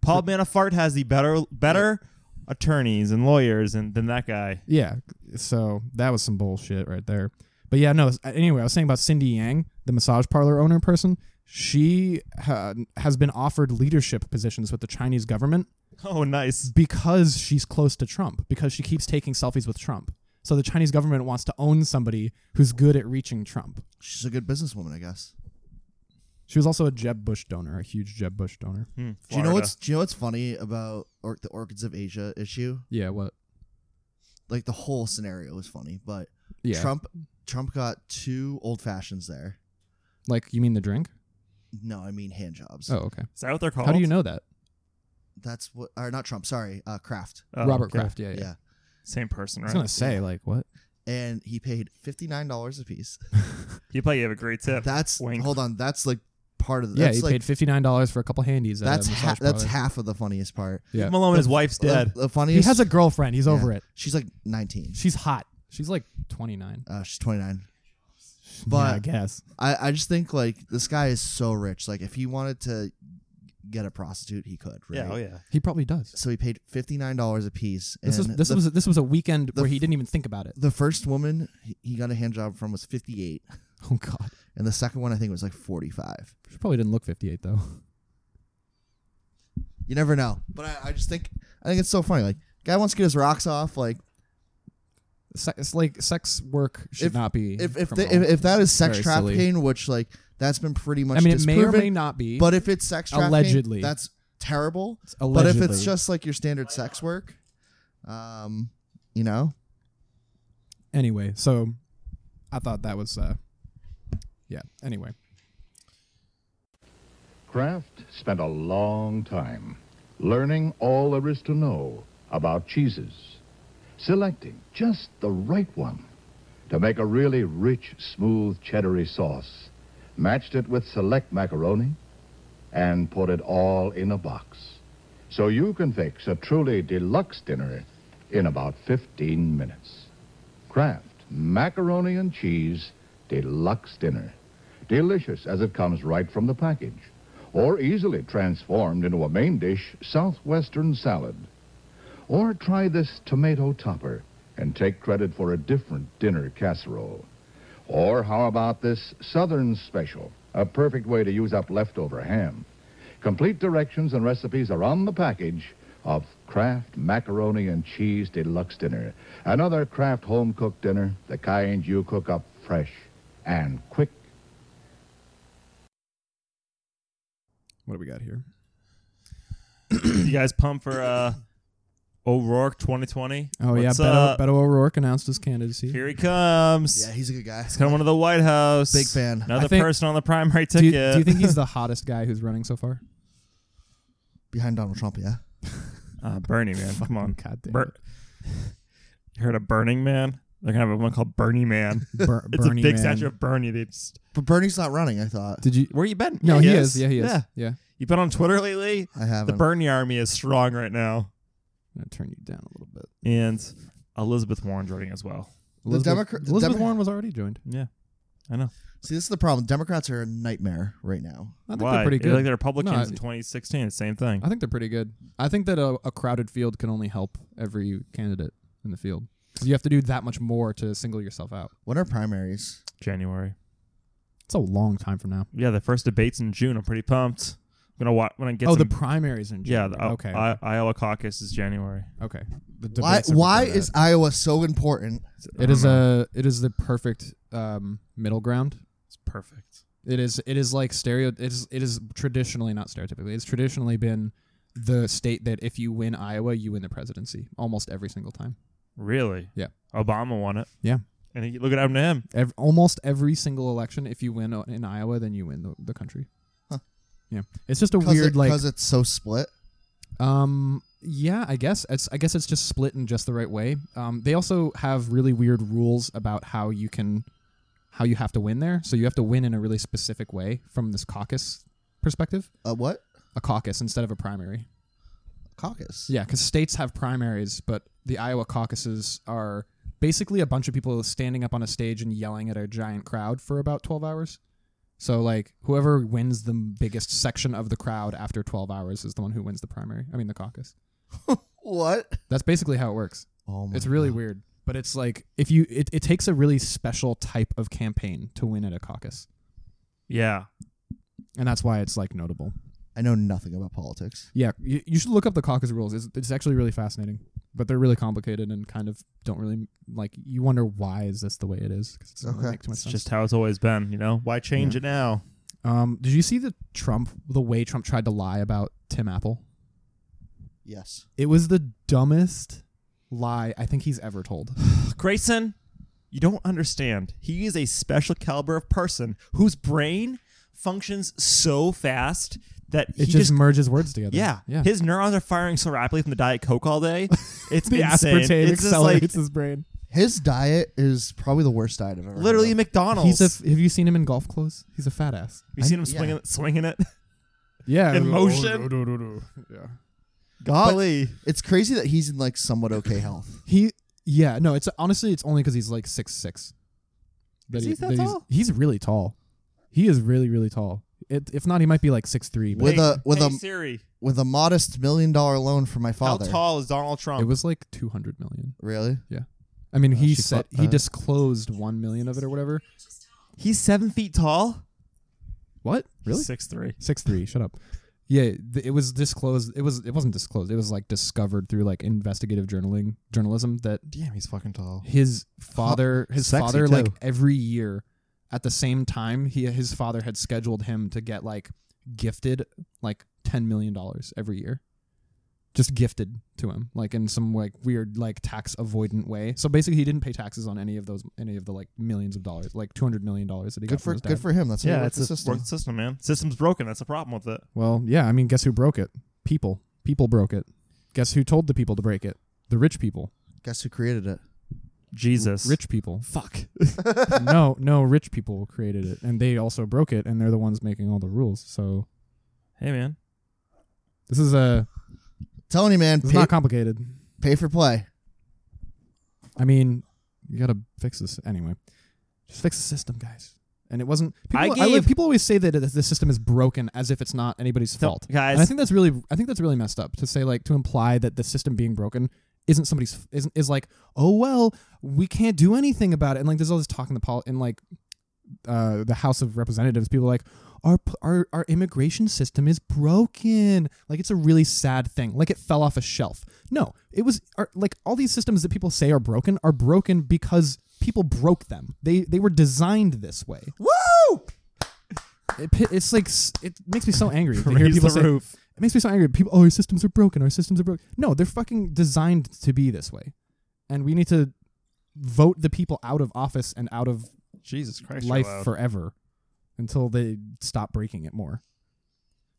[SPEAKER 4] Paul Manafart has the better better attorneys and lawyers and, than that guy.
[SPEAKER 3] Yeah. So that was some bullshit right there. But yeah, no. Anyway, I was saying about Cindy Yang, the massage parlor owner person. She ha- has been offered leadership positions with the Chinese government
[SPEAKER 4] Oh, nice.
[SPEAKER 3] because she's close to Trump, because she keeps taking selfies with Trump. So the Chinese government wants to own somebody who's good at reaching Trump.
[SPEAKER 2] She's a good businesswoman, I guess.
[SPEAKER 3] She was also a Jeb Bush donor, a huge Jeb Bush donor.
[SPEAKER 4] Hmm,
[SPEAKER 2] Do you know
[SPEAKER 4] Florida.
[SPEAKER 2] what's Do you know what's funny about or- the Orchids of Asia issue?
[SPEAKER 3] Yeah, what?
[SPEAKER 2] Like the whole scenario is funny, but
[SPEAKER 3] Yeah.
[SPEAKER 2] Trump Trump got two old fashions there.
[SPEAKER 3] Like you mean the drink?
[SPEAKER 2] No, I mean hand jobs.
[SPEAKER 3] Oh, okay.
[SPEAKER 4] Is that what they're called?
[SPEAKER 3] How do you know that?
[SPEAKER 2] That's what or not Trump, sorry, uh Kraft.
[SPEAKER 4] Oh,
[SPEAKER 3] Robert
[SPEAKER 4] okay.
[SPEAKER 3] Kraft, yeah, yeah.
[SPEAKER 2] Yeah.
[SPEAKER 4] Same person,
[SPEAKER 3] I was
[SPEAKER 4] right?
[SPEAKER 3] gonna say, like, what?
[SPEAKER 2] And he paid fifty nine dollars a piece.
[SPEAKER 4] You probably have a great tip.
[SPEAKER 2] That's
[SPEAKER 4] Wink.
[SPEAKER 2] hold on, that's like part of the
[SPEAKER 3] yeah,
[SPEAKER 2] that's
[SPEAKER 3] he
[SPEAKER 2] like
[SPEAKER 3] paid fifty nine dollars for a couple handies. at a
[SPEAKER 2] that's ha-
[SPEAKER 3] massage
[SPEAKER 2] that's
[SPEAKER 3] parlor.
[SPEAKER 2] half of the funniest part.
[SPEAKER 3] Yeah.
[SPEAKER 4] Leave him alone. His wife's dead.
[SPEAKER 2] The, the
[SPEAKER 3] he
[SPEAKER 2] funniest
[SPEAKER 3] has a girlfriend. He's
[SPEAKER 2] yeah.
[SPEAKER 3] over it.
[SPEAKER 2] She's like nineteen.
[SPEAKER 3] She's hot. She's like twenty nine.
[SPEAKER 2] Uh, she's twenty nine.
[SPEAKER 3] I
[SPEAKER 2] But
[SPEAKER 3] guess.
[SPEAKER 2] I, I just think like this guy is so rich. Like if he wanted to get a prostitute, he could. Right?
[SPEAKER 4] Yeah, oh yeah.
[SPEAKER 3] He probably does.
[SPEAKER 2] So he paid fifty nine dollars a piece.
[SPEAKER 3] This was
[SPEAKER 2] and
[SPEAKER 3] this
[SPEAKER 2] the,
[SPEAKER 3] was this was a weekend
[SPEAKER 2] the
[SPEAKER 3] where he
[SPEAKER 2] f-
[SPEAKER 3] didn't even think about it.
[SPEAKER 2] the first woman he- he got a hand job from was fifty eight,
[SPEAKER 3] Oh god.
[SPEAKER 2] and the second one I think was like forty five.
[SPEAKER 3] She probably didn't look fifty eight though.
[SPEAKER 2] You never know. But I, I just think I think it's so funny. Like guy wants to get his rocks off. Like
[SPEAKER 3] Se- it's like sex work should
[SPEAKER 2] If-
[SPEAKER 3] not be
[SPEAKER 2] if if, they,
[SPEAKER 3] criminal.
[SPEAKER 2] if if that is
[SPEAKER 3] It's
[SPEAKER 2] sex
[SPEAKER 3] very silly.
[SPEAKER 2] trafficking, which like That's been pretty much
[SPEAKER 3] I mean, it may
[SPEAKER 2] disproven.
[SPEAKER 3] or may not be.
[SPEAKER 2] but if it's sex trafficking,
[SPEAKER 3] Allegedly.
[SPEAKER 2] that's terrible.
[SPEAKER 3] allegedly.
[SPEAKER 2] But if it's just like your standard sex work, um, you know,
[SPEAKER 3] anyway, so I thought that was uh yeah, anyway.
[SPEAKER 7] Kraft spent a long time learning all there is to know about cheeses, selecting just the right one to make a really rich, smooth cheddary sauce, matched it with select macaroni, and put it all in a box. So you can fix a truly deluxe dinner in about 15 minutes. Kraft Macaroni and Cheese Deluxe Dinner. Delicious as it comes right from the package, or easily transformed into a main dish Southwestern salad. Or try this tomato topper and take credit for a different dinner casserole. Or how about this Southern special, a perfect way to use up leftover ham? Complete directions and recipes are on the package of Kraft Macaroni and Cheese Deluxe Dinner. Another Kraft home cooked dinner, the kind you cook up fresh and quick.
[SPEAKER 3] What do we got here?
[SPEAKER 4] you guys pumped for uh, O'Rourke 2020?
[SPEAKER 3] Oh
[SPEAKER 4] What's
[SPEAKER 3] yeah, Beto,
[SPEAKER 4] up?
[SPEAKER 3] Beto O'Rourke announced his candidacy.
[SPEAKER 4] Here he comes.
[SPEAKER 2] yeah, he's a good guy.
[SPEAKER 4] He's coming to the White House.
[SPEAKER 2] Big fan.
[SPEAKER 4] Another
[SPEAKER 3] I think-
[SPEAKER 4] person on the primary
[SPEAKER 3] do,
[SPEAKER 4] ticket.
[SPEAKER 3] you, do you think he's the hottest guy who's running so far?
[SPEAKER 2] Behind Donald Trump, yeah.
[SPEAKER 4] Uh, Bernie man, come on.
[SPEAKER 3] God damn
[SPEAKER 4] Bur- you heard of Burning Man? They're gonna have one called Bernie Man.
[SPEAKER 3] it. Ber-
[SPEAKER 4] It's
[SPEAKER 3] Bernie
[SPEAKER 4] a big
[SPEAKER 3] man.
[SPEAKER 4] statue of Bernie. They just
[SPEAKER 2] But Bernie's not running. I thought
[SPEAKER 3] Did you?
[SPEAKER 4] where you been?
[SPEAKER 3] No,
[SPEAKER 4] Yeah,
[SPEAKER 3] he, is. Yeah, he is.
[SPEAKER 4] Yeah,
[SPEAKER 3] Yeah, yeah.
[SPEAKER 4] you been on Twitter lately?
[SPEAKER 2] I
[SPEAKER 4] The
[SPEAKER 2] haven't.
[SPEAKER 4] Bernie army is strong right now,
[SPEAKER 3] I'm gonna turn you down a little bit.
[SPEAKER 4] and Elizabeth Warren joining as well.
[SPEAKER 3] Elizabeth,
[SPEAKER 2] Democrat- the
[SPEAKER 3] Elizabeth
[SPEAKER 2] Demo-
[SPEAKER 3] Warren was already joined.
[SPEAKER 4] Yeah, I know.
[SPEAKER 2] See, this is the problem. Democrats are a nightmare right now.
[SPEAKER 3] I think
[SPEAKER 4] Why?
[SPEAKER 3] they're pretty
[SPEAKER 4] You're
[SPEAKER 3] good.
[SPEAKER 4] Like the Republicans
[SPEAKER 3] No, I-
[SPEAKER 4] in 2016, it's the same thing.
[SPEAKER 3] I think they're pretty good. I think that a, a crowded field can only help every candidate in the field. 'Cause You have to do that much more to single yourself out.
[SPEAKER 2] When are primaries?
[SPEAKER 4] January.
[SPEAKER 3] It's a long time from now.
[SPEAKER 4] Yeah, the first debates in June. I'm pretty pumped. I'm gonna watch when I get.
[SPEAKER 3] oh,
[SPEAKER 4] some,
[SPEAKER 3] the primaries in
[SPEAKER 4] yeah.
[SPEAKER 3] January.
[SPEAKER 4] The, oh,
[SPEAKER 3] okay.
[SPEAKER 4] I, Iowa caucus is January.
[SPEAKER 3] okay. The
[SPEAKER 2] Why?
[SPEAKER 3] debates are
[SPEAKER 2] Why
[SPEAKER 3] before
[SPEAKER 2] is
[SPEAKER 3] that.
[SPEAKER 2] Iowa so important?
[SPEAKER 4] I
[SPEAKER 3] it
[SPEAKER 4] don't
[SPEAKER 3] is
[SPEAKER 4] know.
[SPEAKER 3] a it is the perfect um, middle ground.
[SPEAKER 4] It's perfect.
[SPEAKER 3] It is it is like stereo. It is it is traditionally not stereotypically. It's traditionally been the state that if you win Iowa, you win the presidency almost every single time.
[SPEAKER 4] Really?
[SPEAKER 3] Yeah.
[SPEAKER 4] Obama won it.
[SPEAKER 3] Yeah.
[SPEAKER 4] And he, look at happened to him.
[SPEAKER 3] Ev almost every single election, if you win o- in Iowa, then you win the, the country.
[SPEAKER 2] Huh.
[SPEAKER 3] Yeah, it's just a
[SPEAKER 2] Because
[SPEAKER 3] weird like
[SPEAKER 2] it's so split.
[SPEAKER 3] um yeah I guess it's I guess it's just split in just the right way. Um, they also have really weird rules about how you can how you have to win there. So you have to win in a really specific way from this caucus perspective,
[SPEAKER 2] Uh, what
[SPEAKER 3] a caucus instead of a primary.
[SPEAKER 2] caucus?
[SPEAKER 3] Yeah, because states have primaries, but the Iowa caucuses are basically a bunch of people standing up on a stage and yelling at a giant crowd for about 12 hours. So, like, whoever wins the biggest section of the crowd after 12 hours is the one who wins the primary. I mean, the caucus.
[SPEAKER 2] What?
[SPEAKER 3] That's basically how it works.
[SPEAKER 2] Oh my
[SPEAKER 3] It's really weird. But it's like, if you, it, it takes a really special type of campaign to win at a caucus.
[SPEAKER 4] Yeah.
[SPEAKER 3] And that's why it's like notable.
[SPEAKER 2] I know nothing about politics.
[SPEAKER 3] Yeah, you, you should look up the caucus rules. It's, it's actually really fascinating, but they're really complicated and kind of don't really like. You wonder why is this the way it is? 'cause it doesn't really
[SPEAKER 2] Okay.
[SPEAKER 3] make too much
[SPEAKER 4] It's
[SPEAKER 3] sense.
[SPEAKER 4] just how it's always been, you know? Why change it now?
[SPEAKER 3] um, did you see the Trump the way Trump tried to lie about Tim Apple?
[SPEAKER 2] Yes.
[SPEAKER 3] It was the dumbest lie I think he's ever told.
[SPEAKER 4] Grayson, you don't understand. He is a special caliber of person whose brain functions so fast that he
[SPEAKER 3] It just, merges words together.
[SPEAKER 4] yeah,
[SPEAKER 3] yeah.
[SPEAKER 4] His neurons are firing so rapidly from the Diet Coke all day. It's
[SPEAKER 3] the
[SPEAKER 4] insane.
[SPEAKER 3] aspartame
[SPEAKER 4] it's just
[SPEAKER 3] accelerates
[SPEAKER 4] like
[SPEAKER 3] his brain.
[SPEAKER 2] His diet is probably the worst diet I've ever. heard
[SPEAKER 4] literally
[SPEAKER 2] of.
[SPEAKER 4] McDonald's.
[SPEAKER 3] He's a. f- Have you seen him in golf clothes? He's a fat ass.
[SPEAKER 4] you seen him
[SPEAKER 2] yeah.
[SPEAKER 4] swinging, swinging it?
[SPEAKER 3] Yeah, Oh,
[SPEAKER 4] In motion?
[SPEAKER 3] yeah.
[SPEAKER 4] Golly.
[SPEAKER 2] It's crazy that he's in like somewhat okay health.
[SPEAKER 3] He yeah, no, it's honestly it's only because he's like six six.
[SPEAKER 4] Is he that
[SPEAKER 3] he's,
[SPEAKER 4] tall?
[SPEAKER 3] he's really tall. He is really really tall. It, if not, he might be like six three. But
[SPEAKER 2] With
[SPEAKER 4] hey,
[SPEAKER 2] a- with
[SPEAKER 4] hey,
[SPEAKER 2] a-
[SPEAKER 4] Siri,
[SPEAKER 2] With a modest million dollar loan from my
[SPEAKER 4] how
[SPEAKER 2] father.
[SPEAKER 4] tall is Donald Trump?
[SPEAKER 3] it was like two hundred million.
[SPEAKER 2] Really?
[SPEAKER 3] I mean,
[SPEAKER 2] Uh,
[SPEAKER 3] he
[SPEAKER 2] she
[SPEAKER 3] said
[SPEAKER 2] thought-
[SPEAKER 3] he
[SPEAKER 2] uh,
[SPEAKER 3] disclosed one million of it or whatever.
[SPEAKER 4] He's seven feet tall.
[SPEAKER 3] What really
[SPEAKER 4] Six three.
[SPEAKER 3] six three? Shut up. Yeah, th- it was disclosed. It was it wasn't disclosed. It was like discovered through like investigative journaling journalism that
[SPEAKER 4] Damn, he's fucking tall.
[SPEAKER 3] his father his
[SPEAKER 2] Sexy
[SPEAKER 3] father
[SPEAKER 2] too.
[SPEAKER 3] like every year at the same time he his father had scheduled him to get like gifted like 10 million dollars every year just gifted to him like in some like weird like tax avoidant way so basically he didn't pay taxes on any of those any of the like millions of dollars like 200 million dollars that he
[SPEAKER 2] Good
[SPEAKER 3] got from
[SPEAKER 2] for
[SPEAKER 3] his dad.
[SPEAKER 2] good for him. That's how
[SPEAKER 4] Yeah,
[SPEAKER 2] yeah,
[SPEAKER 4] it's
[SPEAKER 2] it's
[SPEAKER 4] a
[SPEAKER 2] the system.
[SPEAKER 4] work the system, man. System's broken. That's the problem with it.
[SPEAKER 3] Well, yeah, I mean, guess who broke it? People. People broke it. Guess who told the people to break it? The rich people.
[SPEAKER 2] Guess who created it?
[SPEAKER 4] Jesus.
[SPEAKER 3] Rich people. Fuck. no, no, rich people created it and they also broke it and they're the ones making all the rules. So,
[SPEAKER 4] Hey, man.
[SPEAKER 3] this is a
[SPEAKER 2] Tony man,
[SPEAKER 3] this is
[SPEAKER 2] pay,
[SPEAKER 3] not complicated.
[SPEAKER 2] pay for play.
[SPEAKER 3] I mean, you got to fix this anyway. Just fix the system, guys. And it wasn't people,
[SPEAKER 4] I
[SPEAKER 3] live-
[SPEAKER 4] gave-
[SPEAKER 3] people always say that it- the system is broken as if it's not anybody's
[SPEAKER 4] No,
[SPEAKER 3] fault.
[SPEAKER 4] guys.
[SPEAKER 3] And I think that's really, I think that's really messed up to say like to imply that the system being broken isn't somebody's isn't is like oh well we can't do anything about it and like there's all this talk in the pol in like uh the House of Representatives people are like our p- our our immigration system is broken like it's a really sad thing like it fell off a shelf no it was are, like all these systems that people say are broken are broken because people broke them they they were designed this way
[SPEAKER 2] Woo!
[SPEAKER 3] it, pi- it's like s- it makes me so angry to hear
[SPEAKER 4] Raise
[SPEAKER 3] people
[SPEAKER 4] the
[SPEAKER 3] say,
[SPEAKER 4] roof.
[SPEAKER 3] It makes me so angry. People, oh, our systems are broken. Our systems are broken. No, they're fucking designed to be this way, and we need to vote the people out of office and out of
[SPEAKER 4] Jesus Christ. you're
[SPEAKER 3] life
[SPEAKER 4] loud.
[SPEAKER 3] forever until they stop breaking it more.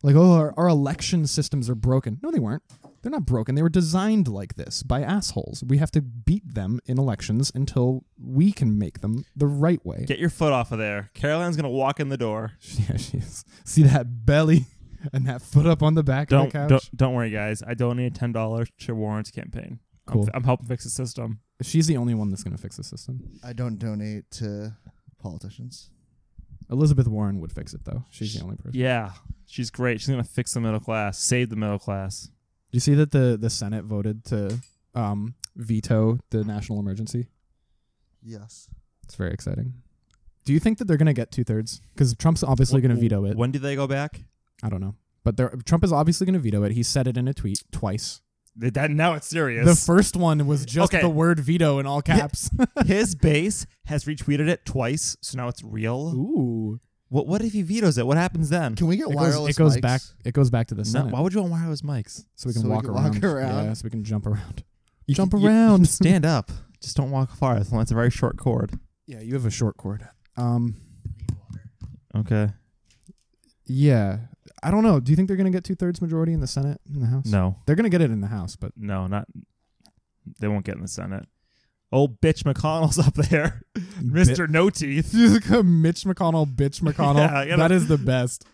[SPEAKER 3] Like, oh, our, our election systems are broken. No, they weren't. They're not broken. They were designed like this by assholes. We have to beat them in elections until we can make them the right way.
[SPEAKER 4] Get your foot off of there. Caroline's gonna walk in the door.
[SPEAKER 3] Yeah, she is. See that belly and that foot up on the back of
[SPEAKER 4] Don't
[SPEAKER 3] the couch.
[SPEAKER 4] don't don't worry, guys. I donated ten dollars to Warren's campaign. I'm-
[SPEAKER 3] Cool.
[SPEAKER 4] I'm, helping fix the system.
[SPEAKER 3] She's the only one that's going to fix the system.
[SPEAKER 2] I don't donate to politicians.
[SPEAKER 3] Elizabeth Warren would fix it though. She's the only person.
[SPEAKER 4] Yeah, she's great. She's gonna fix the middle class, save the middle class.
[SPEAKER 3] Do you see that the the Senate voted to um, veto the national emergency?
[SPEAKER 2] Yes.
[SPEAKER 3] It's very exciting. Do you think that they're going to get two thirds? Because Trump's obviously going to veto it.
[SPEAKER 4] When do they go back?
[SPEAKER 3] I don't know, but they're- Trump is obviously going to veto it. He said it in a tweet twice.
[SPEAKER 4] Th- That now it's serious.
[SPEAKER 3] The first one was just
[SPEAKER 4] Okay.
[SPEAKER 3] the word veto in all caps.
[SPEAKER 4] His base has retweeted it twice, so now it's real.
[SPEAKER 3] Ooh,
[SPEAKER 4] What what if he vetoes it? What happens then?
[SPEAKER 2] Can we get
[SPEAKER 3] it goes,
[SPEAKER 2] wireless?
[SPEAKER 3] it goes
[SPEAKER 2] mics?
[SPEAKER 3] back. It goes back to the
[SPEAKER 4] No,
[SPEAKER 3] Senate.
[SPEAKER 4] why would you want wireless mics?
[SPEAKER 3] so we can
[SPEAKER 2] So we
[SPEAKER 3] walk
[SPEAKER 2] can
[SPEAKER 3] around.
[SPEAKER 2] walk around.
[SPEAKER 3] Yeah, so we can jump around.
[SPEAKER 4] You
[SPEAKER 3] jump
[SPEAKER 4] can- you- you
[SPEAKER 3] around.
[SPEAKER 4] can stand up. Just don't walk far. It's it's a very short cord.
[SPEAKER 3] Yeah, you have a short cord. Um,
[SPEAKER 4] Okay.
[SPEAKER 3] yeah, I don't know. Do you think they're gonna get two thirds majority in the Senate in the House?
[SPEAKER 4] No.
[SPEAKER 3] they're gonna get it in the House, but
[SPEAKER 4] No, not. They won't get in the Senate. Old bitch McConnell's up there, Mister No Teeth.
[SPEAKER 3] Mitch McConnell, bitch McConnell.
[SPEAKER 4] Yeah, I gotta-
[SPEAKER 3] that is the best.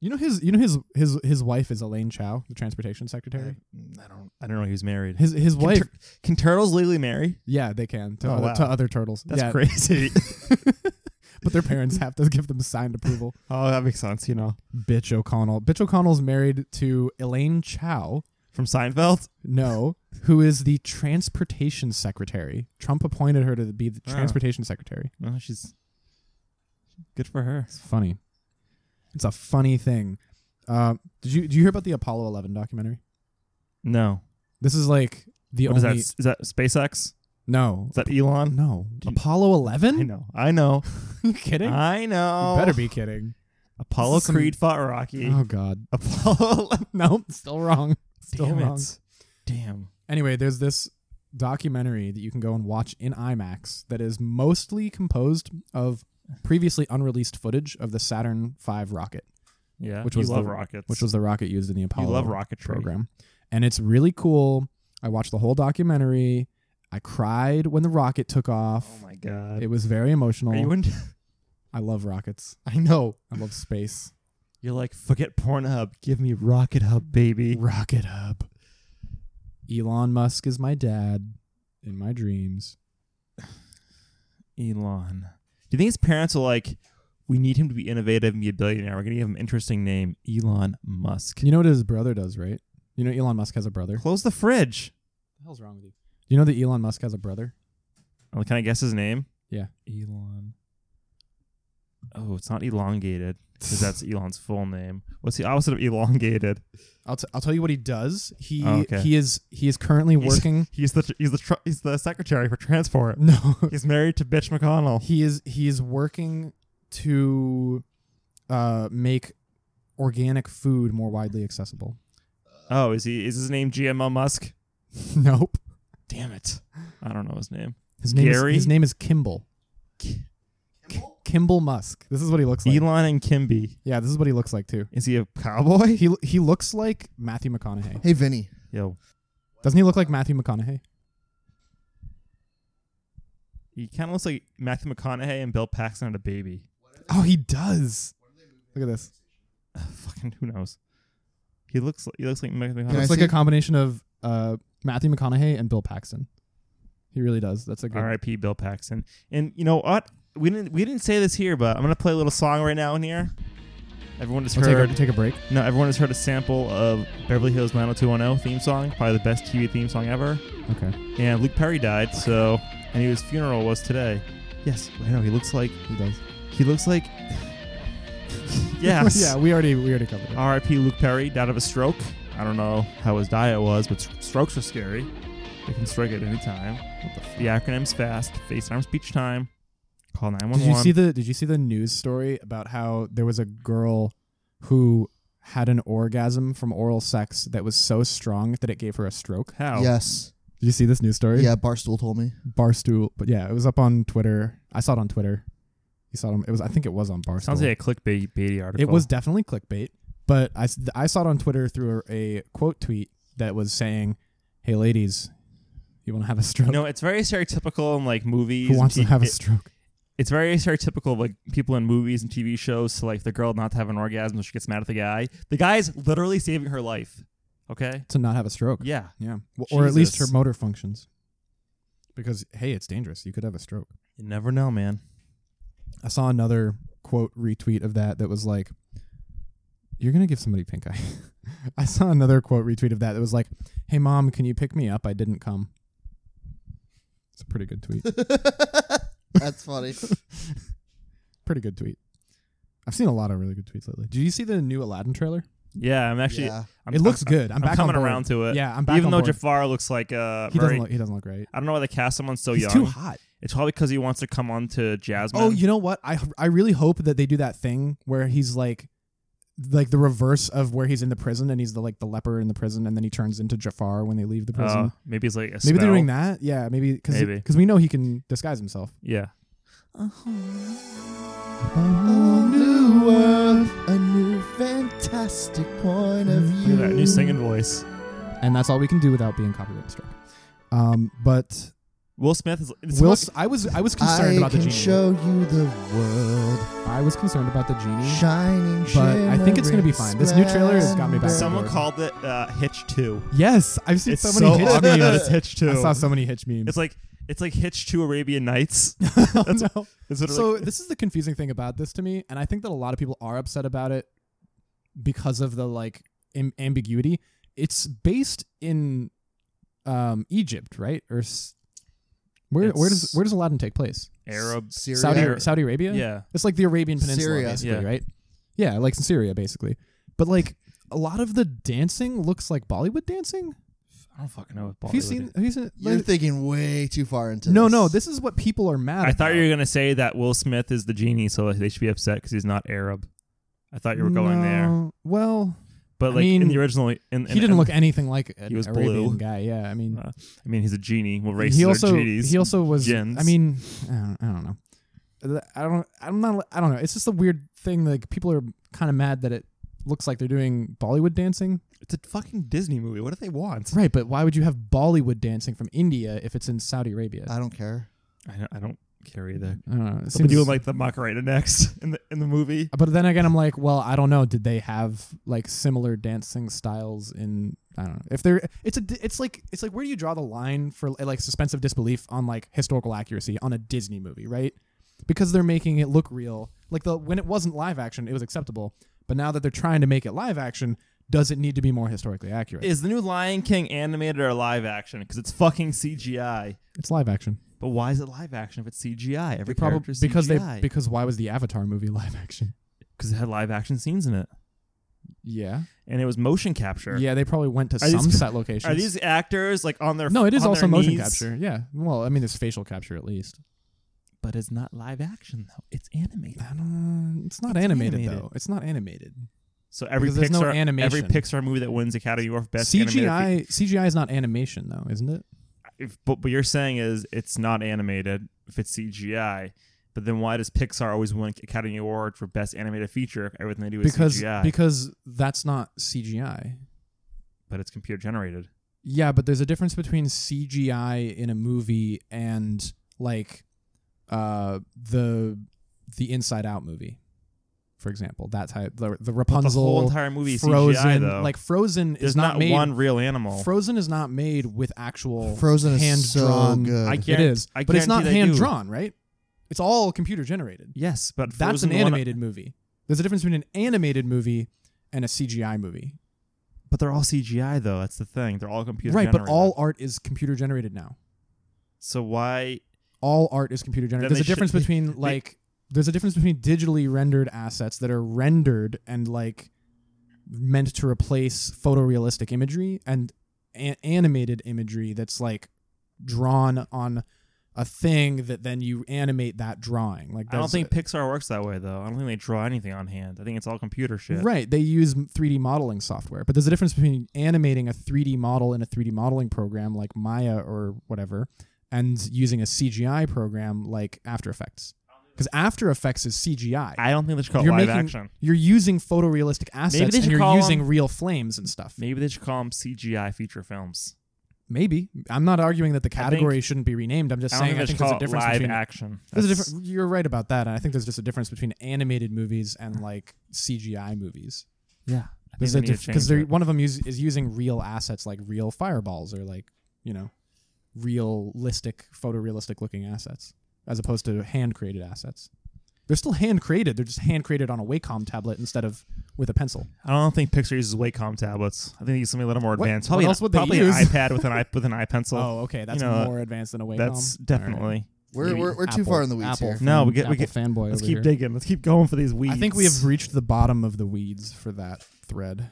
[SPEAKER 3] You know his, you know his, his, his wife is Elaine Chao, the transportation secretary.
[SPEAKER 4] Mm, I don't. I don't know. He was married.
[SPEAKER 3] His, his
[SPEAKER 4] Can
[SPEAKER 3] wife.
[SPEAKER 4] tur- can turtles legally marry?
[SPEAKER 3] yeah, they can to,
[SPEAKER 4] Oh,
[SPEAKER 3] other,
[SPEAKER 4] wow.
[SPEAKER 3] to other turtles.
[SPEAKER 4] That's
[SPEAKER 3] yeah,
[SPEAKER 4] crazy.
[SPEAKER 3] but their parents have to give them signed approval.
[SPEAKER 4] oh, that makes sense. You know,
[SPEAKER 3] bitch O'Connell. Bitch O'Connell's married to Elaine Chao.
[SPEAKER 4] from Seinfeld.
[SPEAKER 3] No, who is the transportation secretary? Trump appointed her to be the
[SPEAKER 4] Oh.
[SPEAKER 3] transportation secretary.
[SPEAKER 4] No, she's good for her.
[SPEAKER 3] It's funny. It's a funny thing. Uh, did you do you hear about the Apollo Eleven documentary?
[SPEAKER 4] No,
[SPEAKER 3] This is like the
[SPEAKER 4] what is that?
[SPEAKER 3] only
[SPEAKER 4] Is that SpaceX?
[SPEAKER 3] no
[SPEAKER 4] Is that Elon?
[SPEAKER 3] no
[SPEAKER 4] Do you-
[SPEAKER 3] Apollo
[SPEAKER 4] I
[SPEAKER 3] Eleven.
[SPEAKER 4] know. I know.
[SPEAKER 3] you kidding?
[SPEAKER 4] I know.
[SPEAKER 3] You better be kidding.
[SPEAKER 4] Apollo
[SPEAKER 3] This is some-
[SPEAKER 4] Creed fought Rocky.
[SPEAKER 3] Oh God.
[SPEAKER 4] Apollo.
[SPEAKER 3] Nope. Still wrong. Still
[SPEAKER 4] Damn
[SPEAKER 3] wrong.
[SPEAKER 4] it. Damn.
[SPEAKER 3] Anyway, there's this documentary that you can go and watch in IMAX that is mostly composed of previously unreleased footage of the Saturn V rocket,
[SPEAKER 4] Yeah.
[SPEAKER 3] Which
[SPEAKER 4] you
[SPEAKER 3] was
[SPEAKER 4] love
[SPEAKER 3] the-
[SPEAKER 4] rockets.
[SPEAKER 3] which was the rocket used in the Apollo
[SPEAKER 4] you love rocketry.
[SPEAKER 3] program. And it's really cool. I watched the whole documentary. I cried when the rocket took off.
[SPEAKER 4] Oh my god.
[SPEAKER 3] it was very emotional.
[SPEAKER 4] Are you in?
[SPEAKER 3] I love rockets.
[SPEAKER 4] I know.
[SPEAKER 3] I love space.
[SPEAKER 4] You're like, forget Pornhub. Give me Rocket Hub, baby.
[SPEAKER 3] Rocket Hub. Elon Musk is my dad in my dreams.
[SPEAKER 4] Elon. Do you think his parents are like, we need him to be innovative and be a billionaire? We're going to give him an interesting name, Elon Musk.
[SPEAKER 3] You know what his brother does, right? You know Elon Musk has a brother.
[SPEAKER 4] Close the fridge.
[SPEAKER 3] the hell's wrong with you? You know that Elon Musk has a brother?
[SPEAKER 4] Oh, Can I guess his name?
[SPEAKER 3] Yeah.
[SPEAKER 4] Elon. Oh, it's not elongated. because that's Elon's full name. What's the opposite of elongated?
[SPEAKER 3] I'll, t- I'll tell you what he does. He
[SPEAKER 4] Oh, okay.
[SPEAKER 3] he is he is currently
[SPEAKER 4] He's-
[SPEAKER 3] working.
[SPEAKER 4] He's the he's the tr- he's the secretary for transport.
[SPEAKER 3] No,
[SPEAKER 4] He's married to Bitch McConnell.
[SPEAKER 3] he is he is working to uh, make organic food more widely accessible.
[SPEAKER 4] Oh, is he? Is his name GMO Musk?
[SPEAKER 3] nope.
[SPEAKER 4] Damn it! I don't know his name.
[SPEAKER 3] His name
[SPEAKER 4] Gary?
[SPEAKER 3] is his name is Kimball. Kimball? Kimball Musk. This is what he looks like.
[SPEAKER 4] Elon and Kimby.
[SPEAKER 3] Yeah, this is what he looks like too.
[SPEAKER 4] Is he a cowboy?
[SPEAKER 3] He he looks like Matthew McConaughey.
[SPEAKER 2] Hey, Vinny.
[SPEAKER 4] Yo,
[SPEAKER 3] Doesn't he look like Matthew McConaughey?
[SPEAKER 4] he kind of looks like Matthew McConaughey and Bill Paxton had a baby.
[SPEAKER 3] Oh, he does. Look at this.
[SPEAKER 4] Fucking who knows? He looks like, he looks like Matthew
[SPEAKER 2] Can I
[SPEAKER 3] It's
[SPEAKER 4] McConaughey.
[SPEAKER 3] like
[SPEAKER 2] see?
[SPEAKER 3] a combination of uh, Matthew McConaughey and Bill Paxton. He really does. That's a good.
[SPEAKER 4] R.I.P. Bill Paxton. And you know what? We didn't we didn't say this here, but I'm gonna play a little song right now in here. Everyone just
[SPEAKER 3] We'll take,
[SPEAKER 4] heard
[SPEAKER 3] a, take a break.
[SPEAKER 4] No, everyone has heard a sample of Beverly Hills 90210 theme song, probably the best TV theme song ever.
[SPEAKER 3] Okay.
[SPEAKER 4] And Luke Perry died, so and his funeral was today. Yes, I know he looks like
[SPEAKER 3] He does.
[SPEAKER 4] he looks like Yes.
[SPEAKER 3] yeah, we already we already covered it.
[SPEAKER 4] R.I.P. Luke Perry died of a stroke. I don't know how his diet was, but s- strokes are scary. They can strike at any time. The acronym's fast. FaceTime speech time. Call
[SPEAKER 3] Did
[SPEAKER 4] 911.
[SPEAKER 3] you see the Did you see the news story about how there was a girl who had an orgasm from oral sex that was so strong that it gave her a stroke?
[SPEAKER 4] how?
[SPEAKER 2] Yes.
[SPEAKER 3] Did you see this news story?
[SPEAKER 2] Yeah, Barstool told me.
[SPEAKER 3] Barstool. But yeah, it was up on Twitter. I saw it on Twitter. You saw it. On, it was. I think it was on Barstool.
[SPEAKER 4] Sounds like a clickbaity article.
[SPEAKER 3] It was definitely clickbait, but I, s- I saw it on Twitter through a, a quote tweet that was saying, "Hey ladies, you want to have a stroke?
[SPEAKER 4] No, it's very stereotypical in like movies.
[SPEAKER 3] Who
[SPEAKER 4] and
[SPEAKER 3] wants to
[SPEAKER 4] t-
[SPEAKER 3] have a
[SPEAKER 4] it-
[SPEAKER 3] stroke?
[SPEAKER 4] It's very stereotypical of like people in movies and TV shows to like the girl not to have an orgasm, so she gets mad at the guy. The guy's literally saving her life. Okay.
[SPEAKER 3] To not have a stroke?
[SPEAKER 4] Yeah.
[SPEAKER 3] yeah, Well, or at least her
[SPEAKER 4] Jesus.
[SPEAKER 3] motor functions. Because hey, it's dangerous. You could have a stroke.
[SPEAKER 4] You never know, man.
[SPEAKER 3] I saw another quote retweet of that that was like, "You're gonna give somebody pink eye." I saw another quote retweet of that that was like, "Hey mom, can you pick me up? I didn't come." It's a pretty good tweet.
[SPEAKER 2] That's funny.
[SPEAKER 3] pretty good tweet. I've seen a lot of really good tweets lately. Did you see the new Aladdin trailer?
[SPEAKER 4] Yeah, I'm actually.
[SPEAKER 2] yeah.
[SPEAKER 4] I'm,
[SPEAKER 3] it looks
[SPEAKER 4] I'm-
[SPEAKER 3] good. I'm,
[SPEAKER 4] I'm
[SPEAKER 3] back on
[SPEAKER 4] coming
[SPEAKER 3] board.
[SPEAKER 4] around to it.
[SPEAKER 3] Yeah, I'm back
[SPEAKER 4] Even
[SPEAKER 3] on
[SPEAKER 4] though
[SPEAKER 3] board.
[SPEAKER 4] Jafar looks like uh,
[SPEAKER 3] he
[SPEAKER 4] very,
[SPEAKER 3] doesn't look he doesn't look right.
[SPEAKER 4] I don't know why they cast someone so
[SPEAKER 3] He's
[SPEAKER 4] young.
[SPEAKER 3] too hot.
[SPEAKER 4] It's probably because he wants to come on to Jasmine.
[SPEAKER 3] Oh, you know what? I I really hope that they do that thing where he's like like the reverse of where he's in the prison and he's the like the leper in the prison and then he turns into Jafar when they leave the prison.
[SPEAKER 4] Uh, maybe it's like a
[SPEAKER 3] maybe
[SPEAKER 4] spell.
[SPEAKER 3] they're doing that. Yeah, maybe cuz
[SPEAKER 4] Maybe.
[SPEAKER 3] cuz we know he can disguise himself.
[SPEAKER 4] Yeah.
[SPEAKER 2] new world, a new fantastic point of
[SPEAKER 4] Look
[SPEAKER 2] view.
[SPEAKER 4] at that new singing voice.
[SPEAKER 3] And that's all we can do without being copyright struck. Um but
[SPEAKER 4] Will Smith is. it's
[SPEAKER 3] Will
[SPEAKER 4] not-
[SPEAKER 3] S- I was I was concerned
[SPEAKER 2] I
[SPEAKER 3] about the
[SPEAKER 2] can
[SPEAKER 3] genie.
[SPEAKER 2] show you the world,
[SPEAKER 3] I was concerned about the genie.
[SPEAKER 2] shining.
[SPEAKER 3] But I think it's gonna be
[SPEAKER 2] shimmering
[SPEAKER 3] fine. This new trailer has got me back.
[SPEAKER 2] splendor.
[SPEAKER 4] someone
[SPEAKER 3] oh, Lord.
[SPEAKER 4] called it uh, Hitch Two.
[SPEAKER 3] Yes, I've seen
[SPEAKER 4] It's
[SPEAKER 3] so
[SPEAKER 4] so
[SPEAKER 3] many hitch
[SPEAKER 4] awkward that it's
[SPEAKER 3] memes.
[SPEAKER 4] Hitch Two.
[SPEAKER 3] I saw so many hitch memes.
[SPEAKER 4] It's like it's like Hitch to Arabian Nights.
[SPEAKER 3] That's
[SPEAKER 4] It's sort of
[SPEAKER 3] So
[SPEAKER 4] like-
[SPEAKER 3] this is the confusing thing about this to me, and I think that a lot of people are upset about it because of the like am- ambiguity. It's based in um, Egypt, right? Or s- where where does
[SPEAKER 4] It's-
[SPEAKER 3] where does Aladdin take place?
[SPEAKER 4] Arab.
[SPEAKER 2] Syria.
[SPEAKER 3] Saudi Saudi Arabia.
[SPEAKER 4] Yeah.
[SPEAKER 3] It's like the Arabian Peninsula,
[SPEAKER 2] Syria.
[SPEAKER 3] basically,
[SPEAKER 4] Yeah.
[SPEAKER 3] right? Yeah, like in Syria, basically. But like a lot of the dancing looks like Bollywood dancing.
[SPEAKER 4] I don't fucking know. What
[SPEAKER 3] Have you seen? Have you seen?
[SPEAKER 2] You're
[SPEAKER 3] like-
[SPEAKER 2] thinking way too far into
[SPEAKER 3] no,
[SPEAKER 2] this.
[SPEAKER 3] no. This is what people are mad.
[SPEAKER 4] I thought
[SPEAKER 3] about.
[SPEAKER 4] you were gonna say that Will Smith is the genie, so they should be upset because he's not Arab. I thought you were going there,
[SPEAKER 3] No, Well,
[SPEAKER 4] but
[SPEAKER 3] I
[SPEAKER 4] like in
[SPEAKER 3] mean,
[SPEAKER 4] the original, in, in,
[SPEAKER 3] he didn't look anything like an
[SPEAKER 4] He was
[SPEAKER 3] Arabian
[SPEAKER 4] blue.
[SPEAKER 3] guy. Yeah, I mean,
[SPEAKER 4] Uh, I mean, he's a genie. Well, races
[SPEAKER 3] he also
[SPEAKER 4] are genies.
[SPEAKER 3] he also was.
[SPEAKER 4] Gens.
[SPEAKER 3] I mean, I don't, I don't know. I don't. I'm not. I don't know. It's just a weird thing. Like people are kind of mad that it looks like they're doing Bollywood dancing.
[SPEAKER 4] it's a fucking Disney movie. What do they want?
[SPEAKER 3] Right, but why would you have Bollywood dancing from India if it's in Saudi Arabia?
[SPEAKER 2] I don't care.
[SPEAKER 4] I don't, I don't care either.
[SPEAKER 3] I don't know. It
[SPEAKER 4] They'll be
[SPEAKER 3] seems-
[SPEAKER 4] doing like the Macarena next in the in the movie.
[SPEAKER 3] but then again, I'm like, well, I don't know. Did they have like similar dancing styles in? I don't know. If they're, it's a, di- it's like, it's like, where do you draw the line for like suspense of disbelief on like historical accuracy on a Disney movie, right? Because they're making it look real. Like the when it wasn't live action, it was acceptable. But now that they're trying to make it live action, does it need to be more historically accurate?
[SPEAKER 4] Is the new Lion King animated or live action? Because it's fucking CGI.
[SPEAKER 3] it's live action.
[SPEAKER 4] But why is it live action if it's CGI? Every
[SPEAKER 3] Probably
[SPEAKER 4] character's
[SPEAKER 3] because
[SPEAKER 4] CGI.
[SPEAKER 3] they because why was the Avatar movie live action?
[SPEAKER 4] because it had live action scenes in it,
[SPEAKER 3] Yeah.
[SPEAKER 4] and it was motion capture.
[SPEAKER 3] Yeah, they probably went to
[SPEAKER 4] Are these-
[SPEAKER 3] some set locations.
[SPEAKER 4] Are these actors like on their?
[SPEAKER 3] no, it is
[SPEAKER 4] on
[SPEAKER 3] also
[SPEAKER 4] their
[SPEAKER 3] motion
[SPEAKER 4] knees?
[SPEAKER 3] capture. Yeah. Well, I mean, there's facial capture at least.
[SPEAKER 4] but it's not live action though. It's animated.
[SPEAKER 3] I don't, it's not animated,
[SPEAKER 4] animated.
[SPEAKER 3] though. It's not animated.
[SPEAKER 4] So every
[SPEAKER 3] Because there's no
[SPEAKER 4] Pixar, every
[SPEAKER 3] animation.
[SPEAKER 4] Pixar movie that wins Academy Award for best animated
[SPEAKER 3] CGI
[SPEAKER 4] fe-
[SPEAKER 3] CGI is not animation though, isn't it?
[SPEAKER 4] if, but what you're saying is it's not animated if it's CGI. But then why does Pixar always win Academy Award for best animated feature? if Everything they do is
[SPEAKER 3] Because
[SPEAKER 4] CGI,
[SPEAKER 3] because that's not CGI.
[SPEAKER 4] but it's computer generated.
[SPEAKER 3] Yeah, but there's a difference between CGI in a movie and like uh the the Inside Out movie, for example. That type the the
[SPEAKER 4] The
[SPEAKER 3] Rapunzel
[SPEAKER 4] whole entire movie is CGI
[SPEAKER 3] Frozen
[SPEAKER 4] though.
[SPEAKER 3] like Frozen
[SPEAKER 4] there's
[SPEAKER 3] is not,
[SPEAKER 4] not,
[SPEAKER 3] made
[SPEAKER 4] one real animal.
[SPEAKER 3] Frozen is not made with actual
[SPEAKER 2] Frozen
[SPEAKER 3] hand
[SPEAKER 2] is so
[SPEAKER 3] drawn.
[SPEAKER 2] good.
[SPEAKER 4] I
[SPEAKER 3] It
[SPEAKER 4] can't.
[SPEAKER 3] is,
[SPEAKER 4] I
[SPEAKER 3] but it's not
[SPEAKER 4] guarantee they do.
[SPEAKER 3] hand drawn, right? It's all computer generated.
[SPEAKER 4] Yes, but
[SPEAKER 3] That's
[SPEAKER 4] Frozen
[SPEAKER 3] an
[SPEAKER 4] won-
[SPEAKER 3] animated movie. There's a difference between an animated movie and a CGI movie.
[SPEAKER 4] but they're all CGI though. That's the thing. They're all computer
[SPEAKER 3] right,
[SPEAKER 4] generated.
[SPEAKER 3] but all art is computer generated now.
[SPEAKER 4] So why?
[SPEAKER 3] All art is computer generated.
[SPEAKER 4] Then
[SPEAKER 3] There's a
[SPEAKER 4] they should-
[SPEAKER 3] difference between like there's a difference between digitally rendered assets that are rendered and like meant to replace photorealistic imagery and a- animated imagery that's like drawn on a thing that then you animate that drawing. Like
[SPEAKER 4] I don't
[SPEAKER 3] there's
[SPEAKER 4] think
[SPEAKER 3] a-
[SPEAKER 4] Pixar works that way though. I don't think they draw anything on hand. I think it's all computer shit.
[SPEAKER 3] Right. They use m- 3D modeling software, but there's a difference between animating a 3D model in a 3D modeling program like Maya or whatever and using a CGI program like After Effects. Because After Effects is CGI.
[SPEAKER 4] I don't think they should call it
[SPEAKER 3] You're
[SPEAKER 4] live
[SPEAKER 3] making-
[SPEAKER 4] action.
[SPEAKER 3] You're using photorealistic assets
[SPEAKER 4] they
[SPEAKER 3] and
[SPEAKER 4] should
[SPEAKER 3] you're
[SPEAKER 4] call
[SPEAKER 3] using
[SPEAKER 4] them-
[SPEAKER 3] real flames and stuff.
[SPEAKER 4] Maybe they should call them CGI feature films.
[SPEAKER 3] Maybe. I'm not arguing that the
[SPEAKER 4] think-
[SPEAKER 3] category shouldn't be renamed. I'm just
[SPEAKER 4] I don't
[SPEAKER 3] saying I think
[SPEAKER 4] think they
[SPEAKER 3] there's a
[SPEAKER 4] should call it
[SPEAKER 3] difference
[SPEAKER 4] live
[SPEAKER 3] between
[SPEAKER 4] action.
[SPEAKER 3] There's a
[SPEAKER 4] That's-
[SPEAKER 3] different, you're right about that, and I think there's just a difference between animated movies and like CGI movies.
[SPEAKER 4] Mm. Yeah, I think
[SPEAKER 3] There's
[SPEAKER 4] they
[SPEAKER 3] a
[SPEAKER 4] need to
[SPEAKER 3] diff- because
[SPEAKER 4] change
[SPEAKER 3] they're-
[SPEAKER 4] it.
[SPEAKER 3] one of them use, is using real assets like real fireballs or like you know realistic photorealistic looking assets as opposed to hand created assets. They're still hand created. They're just hand created on a Wacom tablet instead of with a pencil.
[SPEAKER 4] I don't think Pixar uses Wacom tablets. I think they use something a little more
[SPEAKER 3] Mm. What-
[SPEAKER 4] advanced.
[SPEAKER 3] what
[SPEAKER 4] Probably,
[SPEAKER 3] else
[SPEAKER 4] an-
[SPEAKER 3] would they
[SPEAKER 4] probably
[SPEAKER 3] use?
[SPEAKER 4] an iPad with an i with an iPencil.
[SPEAKER 3] oh, okay, that's
[SPEAKER 4] you know,
[SPEAKER 3] more advanced than a Wacom.
[SPEAKER 4] That's
[SPEAKER 3] All right.
[SPEAKER 4] definitely.
[SPEAKER 2] we're we're, we're too far in the weeds
[SPEAKER 3] Apple
[SPEAKER 2] here.
[SPEAKER 4] No,
[SPEAKER 3] fan-
[SPEAKER 4] we get- we
[SPEAKER 3] Apple
[SPEAKER 4] get-
[SPEAKER 3] fanboy.
[SPEAKER 4] Let's
[SPEAKER 3] over
[SPEAKER 4] keep
[SPEAKER 3] here.
[SPEAKER 4] digging. Let's keep going for these weeds.
[SPEAKER 3] I think we have reached the bottom of the weeds for that thread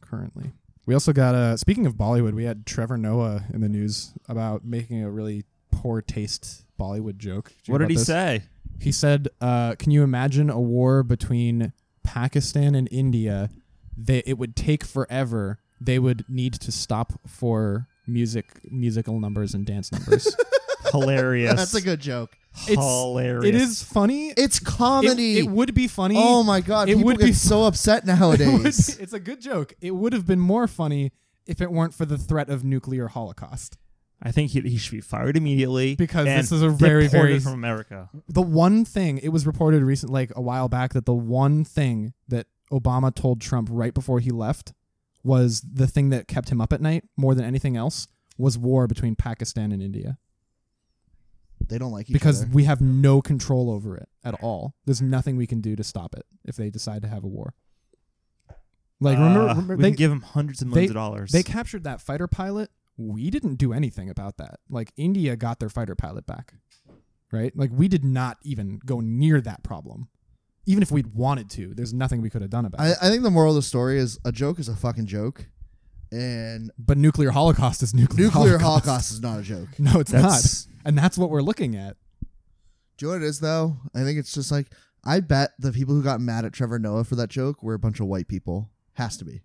[SPEAKER 3] currently. We also got uh speaking of Bollywood, we had Trevor Noah in the news about making a really poor taste Bollywood joke. you
[SPEAKER 4] What
[SPEAKER 3] hear
[SPEAKER 4] did he
[SPEAKER 3] about this?
[SPEAKER 4] say?
[SPEAKER 3] He said, uh, can you imagine a war between Pakistan and India? They it would take forever. They would need to stop for music musical numbers and dance numbers.
[SPEAKER 4] Hilarious.
[SPEAKER 2] That's a good joke.
[SPEAKER 4] hilarious.
[SPEAKER 3] it is funny. It-
[SPEAKER 2] It's comedy.
[SPEAKER 3] It, would be funny.
[SPEAKER 2] oh my god,
[SPEAKER 3] it
[SPEAKER 2] people
[SPEAKER 3] would
[SPEAKER 2] get
[SPEAKER 3] be-
[SPEAKER 2] so upset
[SPEAKER 3] It would
[SPEAKER 2] nowadays.
[SPEAKER 3] be- it's a good joke. It would have been more funny if it weren't for the threat of nuclear holocaust.
[SPEAKER 4] I think he, he should be fired immediately
[SPEAKER 3] Because
[SPEAKER 4] and
[SPEAKER 3] this is a very,
[SPEAKER 4] deported
[SPEAKER 3] very-
[SPEAKER 4] from America.
[SPEAKER 3] The one thing it was reported recent, like a while back, that the one thing that Obama told Trump right before he left was the thing that kept him up at night more than anything else was war between Pakistan and India
[SPEAKER 2] they don't like each
[SPEAKER 3] because
[SPEAKER 2] other.
[SPEAKER 3] we have no control over it at all. There's nothing we can do to stop it if they decide to have a war. Like remember,
[SPEAKER 4] Uh,
[SPEAKER 3] remember
[SPEAKER 4] we
[SPEAKER 3] they,
[SPEAKER 4] can give him hundreds of millions of dollars.
[SPEAKER 3] They captured that fighter pilot. We didn't do anything about that. Like India got their fighter pilot back, right? Like we did not even go near that problem. Even if we'd wanted to, there's nothing we could have done about
[SPEAKER 2] I,
[SPEAKER 3] it.
[SPEAKER 2] I think the moral of the story is a joke is a fucking joke, and
[SPEAKER 3] But nuclear holocaust is nuclear.
[SPEAKER 2] nuclear
[SPEAKER 3] holocaust.
[SPEAKER 2] holocaust is not a joke.
[SPEAKER 3] No, it's
[SPEAKER 4] That's-
[SPEAKER 3] not. And that's what we're looking at.
[SPEAKER 2] Do you know what it is though? I think it's just like I bet the people who got mad at Trevor Noah for that joke were a bunch of white people. Has to be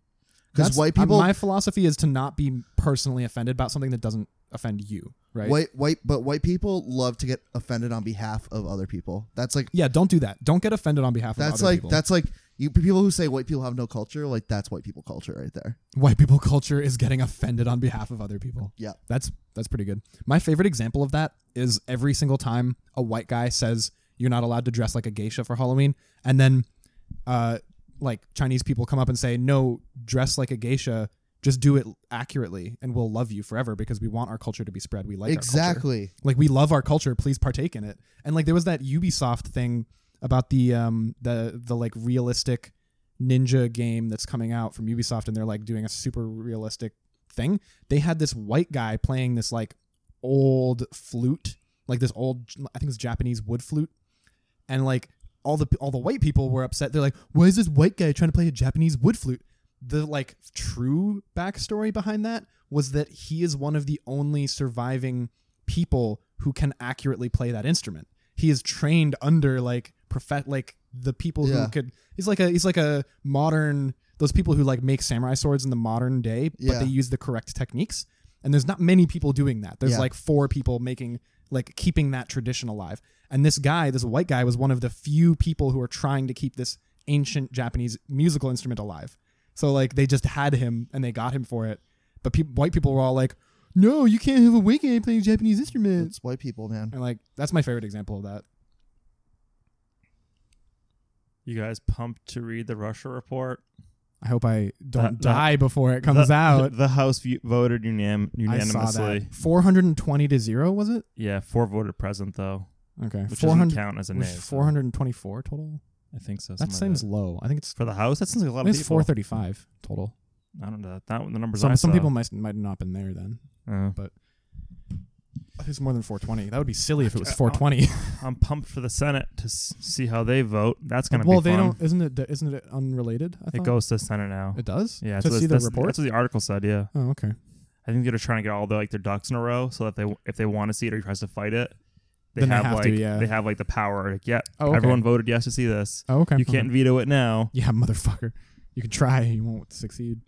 [SPEAKER 2] because
[SPEAKER 3] That's-
[SPEAKER 2] white
[SPEAKER 3] uh,
[SPEAKER 2] people,
[SPEAKER 3] My philosophy is to not be personally offended about something that doesn't offend you, right?
[SPEAKER 2] white white, but white people love to get offended on behalf of other people. That's like
[SPEAKER 3] Yeah, don't do that. Don't get offended on behalf of
[SPEAKER 2] that's
[SPEAKER 3] other
[SPEAKER 2] like
[SPEAKER 3] people.
[SPEAKER 2] that's like you people who say white people have no culture. Like that's white people culture right there.
[SPEAKER 3] white people culture is getting offended on behalf of other people.
[SPEAKER 2] Yeah.
[SPEAKER 3] That's that's pretty good. My favorite example of that is every single time a white guy says you're not allowed to dress like a geisha for Halloween and then uh like Chinese people come up and say no dress like a geisha just do it accurately and we'll love you forever because we want our culture to be spread we like our culture."
[SPEAKER 2] exactly.
[SPEAKER 3] like we love our culture please partake in it and like there was that ubisoft thing about the um the the like realistic ninja game that's coming out from ubisoft and they're like doing a super realistic thing they had this white guy playing this like old flute like this old i think it's japanese wood flute and like all the all the white people were upset. They're like, "Why is this white guy trying to play a Japanese wood flute?" The like true backstory behind that was that he is one of the only surviving people who can accurately play that instrument. He is trained under like perfect like the people
[SPEAKER 2] Yeah.
[SPEAKER 3] who could. He's like a he's like a modern those people who like make samurai swords in the modern day,
[SPEAKER 2] Yeah.
[SPEAKER 3] but they use the correct techniques. And there's not many people doing that. There's
[SPEAKER 2] Yeah.
[SPEAKER 3] like four people making like keeping that tradition alive. And this guy, this white guy, was one of the few people who are trying to keep this ancient Japanese musical instrument alive. So like they just had him and they got him for it. But peop white people were all like, "No, you can't have a white guy playing Japanese instruments."
[SPEAKER 2] It's white people, man.
[SPEAKER 3] And like that's my favorite example of that.
[SPEAKER 4] You guys pumped to read the Russia report?
[SPEAKER 3] I hope I don't
[SPEAKER 4] That- that-
[SPEAKER 3] die before it comes
[SPEAKER 4] the,
[SPEAKER 3] out.
[SPEAKER 4] The House v- voted unanim-
[SPEAKER 3] I
[SPEAKER 4] unanimously.
[SPEAKER 3] saw that 420 to 0 was it?
[SPEAKER 4] Yeah, four voted present though,
[SPEAKER 3] Okay.
[SPEAKER 4] which doesn't
[SPEAKER 3] 400
[SPEAKER 4] count as a
[SPEAKER 3] which
[SPEAKER 4] nay.
[SPEAKER 3] is
[SPEAKER 4] so
[SPEAKER 3] 424 total.
[SPEAKER 4] I think so.
[SPEAKER 3] That
[SPEAKER 4] something like
[SPEAKER 3] seems low. I think it's
[SPEAKER 4] for the House. That seems like a
[SPEAKER 3] I
[SPEAKER 4] lot
[SPEAKER 3] think
[SPEAKER 4] of
[SPEAKER 3] it's
[SPEAKER 4] people.
[SPEAKER 3] 435 total.
[SPEAKER 4] I don't know. That the numbers. I
[SPEAKER 3] Some some
[SPEAKER 4] saw.
[SPEAKER 3] people might might not have been there then.
[SPEAKER 4] Uh,
[SPEAKER 3] I think it's more than 420. That would be silly if it was
[SPEAKER 4] Uh,
[SPEAKER 3] 420.
[SPEAKER 4] I'm pumped for the Senate to s- see how they vote. That's gonna
[SPEAKER 3] well,
[SPEAKER 4] be
[SPEAKER 3] they
[SPEAKER 4] fun.
[SPEAKER 3] don't. Isn't it? Isn't it unrelated? I
[SPEAKER 4] It
[SPEAKER 3] thought?
[SPEAKER 4] goes to the Senate now.
[SPEAKER 3] It does.
[SPEAKER 4] yeah,
[SPEAKER 3] To
[SPEAKER 4] so
[SPEAKER 3] see the
[SPEAKER 4] that's-
[SPEAKER 3] report.
[SPEAKER 4] That's what the article said. Yeah,
[SPEAKER 3] Oh, okay.
[SPEAKER 4] I think they're trying to get all the like their ducks in a row, so that they if they want to see it or he tries to fight it, they
[SPEAKER 3] Then they
[SPEAKER 4] have
[SPEAKER 3] have
[SPEAKER 4] like
[SPEAKER 3] to, yeah.
[SPEAKER 4] they have like the power. Like, yeah,
[SPEAKER 3] Oh, okay.
[SPEAKER 4] everyone voted yes to see this.
[SPEAKER 3] Oh, okay.
[SPEAKER 4] You can't veto it now.
[SPEAKER 3] Yeah, motherfucker. You can try. You won't succeed.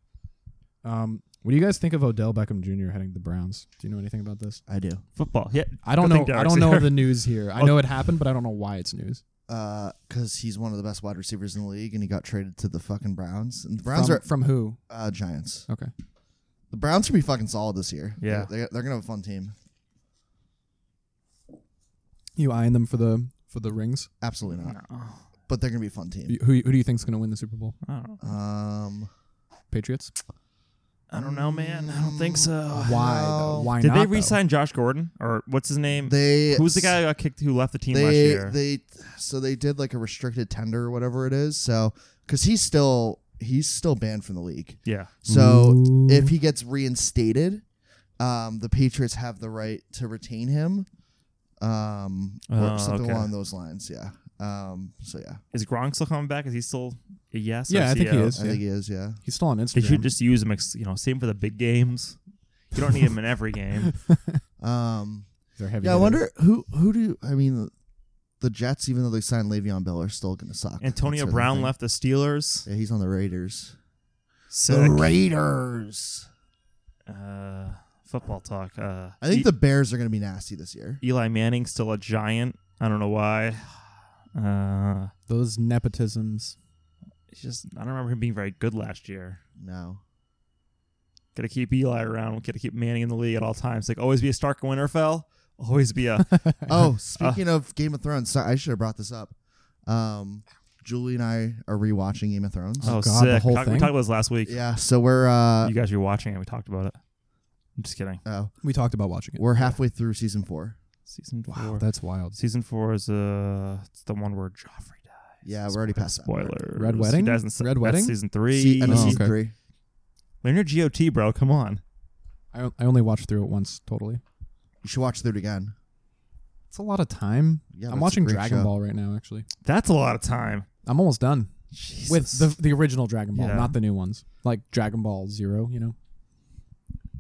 [SPEAKER 3] Um, what do you guys think of Odell Beckham Jr. heading to the Browns? Do you know anything about this?
[SPEAKER 2] I do.
[SPEAKER 4] Football. Yeah,
[SPEAKER 3] I don't
[SPEAKER 4] Good thing
[SPEAKER 3] know. I
[SPEAKER 4] Derek's
[SPEAKER 3] don't know
[SPEAKER 4] here.
[SPEAKER 3] the news here. I
[SPEAKER 4] Oh.
[SPEAKER 3] know it happened, but I don't know why it's news.
[SPEAKER 2] Because Uh, he's one of the best wide receivers in the league, and he got traded to the fucking Browns. And the Browns
[SPEAKER 3] from,
[SPEAKER 2] are
[SPEAKER 3] from who?
[SPEAKER 2] uh, Giants.
[SPEAKER 3] Okay.
[SPEAKER 2] The Browns should be fucking solid this year.
[SPEAKER 4] Yeah.
[SPEAKER 2] they, they're gonna have a fun team.
[SPEAKER 3] You eyeing them for the for the rings?
[SPEAKER 2] Absolutely not. But they're gonna be a fun team.
[SPEAKER 3] Who who do you think's going to win the Super Bowl?
[SPEAKER 4] I don't know.
[SPEAKER 2] Um,
[SPEAKER 3] Patriots?
[SPEAKER 4] I don't know, man. I don't think so.
[SPEAKER 3] Why? though? Why
[SPEAKER 4] Did
[SPEAKER 3] not?
[SPEAKER 4] they
[SPEAKER 3] though?
[SPEAKER 4] re-sign Josh Gordon or what's his name?
[SPEAKER 2] they
[SPEAKER 4] Hmm. Who's the guy who got kicked who left the team last
[SPEAKER 2] They
[SPEAKER 4] year?
[SPEAKER 2] they so they did like a restricted tender or whatever it is. So because he's still he's still banned from the league.
[SPEAKER 4] yeah.
[SPEAKER 2] So
[SPEAKER 3] Ooh.
[SPEAKER 2] if he gets reinstated, um, the Patriots have the right to retain him, um, or
[SPEAKER 4] Oh,
[SPEAKER 2] something
[SPEAKER 4] okay.
[SPEAKER 2] along those lines. Yeah. Um, so yeah,
[SPEAKER 4] Is Gronk still coming back? Is he still a yes? or
[SPEAKER 3] Yeah, I think he
[SPEAKER 4] CO?
[SPEAKER 3] is.
[SPEAKER 2] I think he is. Yeah.
[SPEAKER 3] He's still on Instagram.
[SPEAKER 4] They should just use him, ex- you know, same for the big games. You don't need him in every game.
[SPEAKER 2] Um,
[SPEAKER 3] They're heavy
[SPEAKER 2] yeah. I
[SPEAKER 3] hitters.
[SPEAKER 2] wonder who who do I mean, the Jets, even though they signed Le'Veon Bell, are still going to suck. That's
[SPEAKER 4] Antonio
[SPEAKER 2] the
[SPEAKER 4] Brown
[SPEAKER 2] thing.
[SPEAKER 4] left the Steelers.
[SPEAKER 2] Yeah, he's on the Raiders.
[SPEAKER 4] Sick.
[SPEAKER 2] The Raiders.
[SPEAKER 4] Uh, football talk. Uh,
[SPEAKER 2] I think
[SPEAKER 4] E-
[SPEAKER 2] the Bears are going to be nasty this year.
[SPEAKER 4] Eli Manning's still a giant. I don't know why. Uh,
[SPEAKER 3] Those nepotisms.
[SPEAKER 4] it's just I don't remember him being very good last year.
[SPEAKER 2] No.
[SPEAKER 4] Gotta keep Eli around. Gotta keep Manning in the league at all times. Like always be a Stark Winterfell. Always be a
[SPEAKER 2] Oh, speaking of Game of Thrones, so I should have brought this up. Um, Julie and I are rewatching Game of Thrones.
[SPEAKER 4] oh,
[SPEAKER 3] God, the
[SPEAKER 4] sick.
[SPEAKER 3] whole
[SPEAKER 4] Talk- we
[SPEAKER 3] thing?
[SPEAKER 4] talked about this last week.
[SPEAKER 2] Yeah, so we're uh,
[SPEAKER 4] you guys were watching it. We talked about it. I'm just kidding.
[SPEAKER 2] oh,
[SPEAKER 3] We talked about watching it.
[SPEAKER 2] we're halfway through season four.
[SPEAKER 4] Season four.
[SPEAKER 3] Wow, that's wild.
[SPEAKER 4] Season four is uh, it's the one where Joffrey dies.
[SPEAKER 2] Yeah, we're already past that part.
[SPEAKER 4] Spoiler.
[SPEAKER 3] Red Wedding?
[SPEAKER 4] He dies in se-
[SPEAKER 3] Red
[SPEAKER 4] that's
[SPEAKER 3] Wedding?
[SPEAKER 4] Season three.
[SPEAKER 2] See, end of
[SPEAKER 3] Oh,
[SPEAKER 2] season
[SPEAKER 3] okay.
[SPEAKER 2] three.
[SPEAKER 4] Learn your GOT, bro. Come on.
[SPEAKER 3] I, o- I only watched through it once totally.
[SPEAKER 2] You should watch through it again.
[SPEAKER 3] It's a lot of time.
[SPEAKER 2] Yeah, but
[SPEAKER 3] I'm
[SPEAKER 2] it's a
[SPEAKER 3] watching
[SPEAKER 2] great
[SPEAKER 3] Dragon
[SPEAKER 2] show.
[SPEAKER 3] Ball right now. Actually,
[SPEAKER 4] That's a lot of time.
[SPEAKER 3] I'm almost done
[SPEAKER 4] Jesus.
[SPEAKER 3] with the the original Dragon Ball,
[SPEAKER 4] Yeah.
[SPEAKER 3] not the new ones. Like Dragon Ball Zero, you know.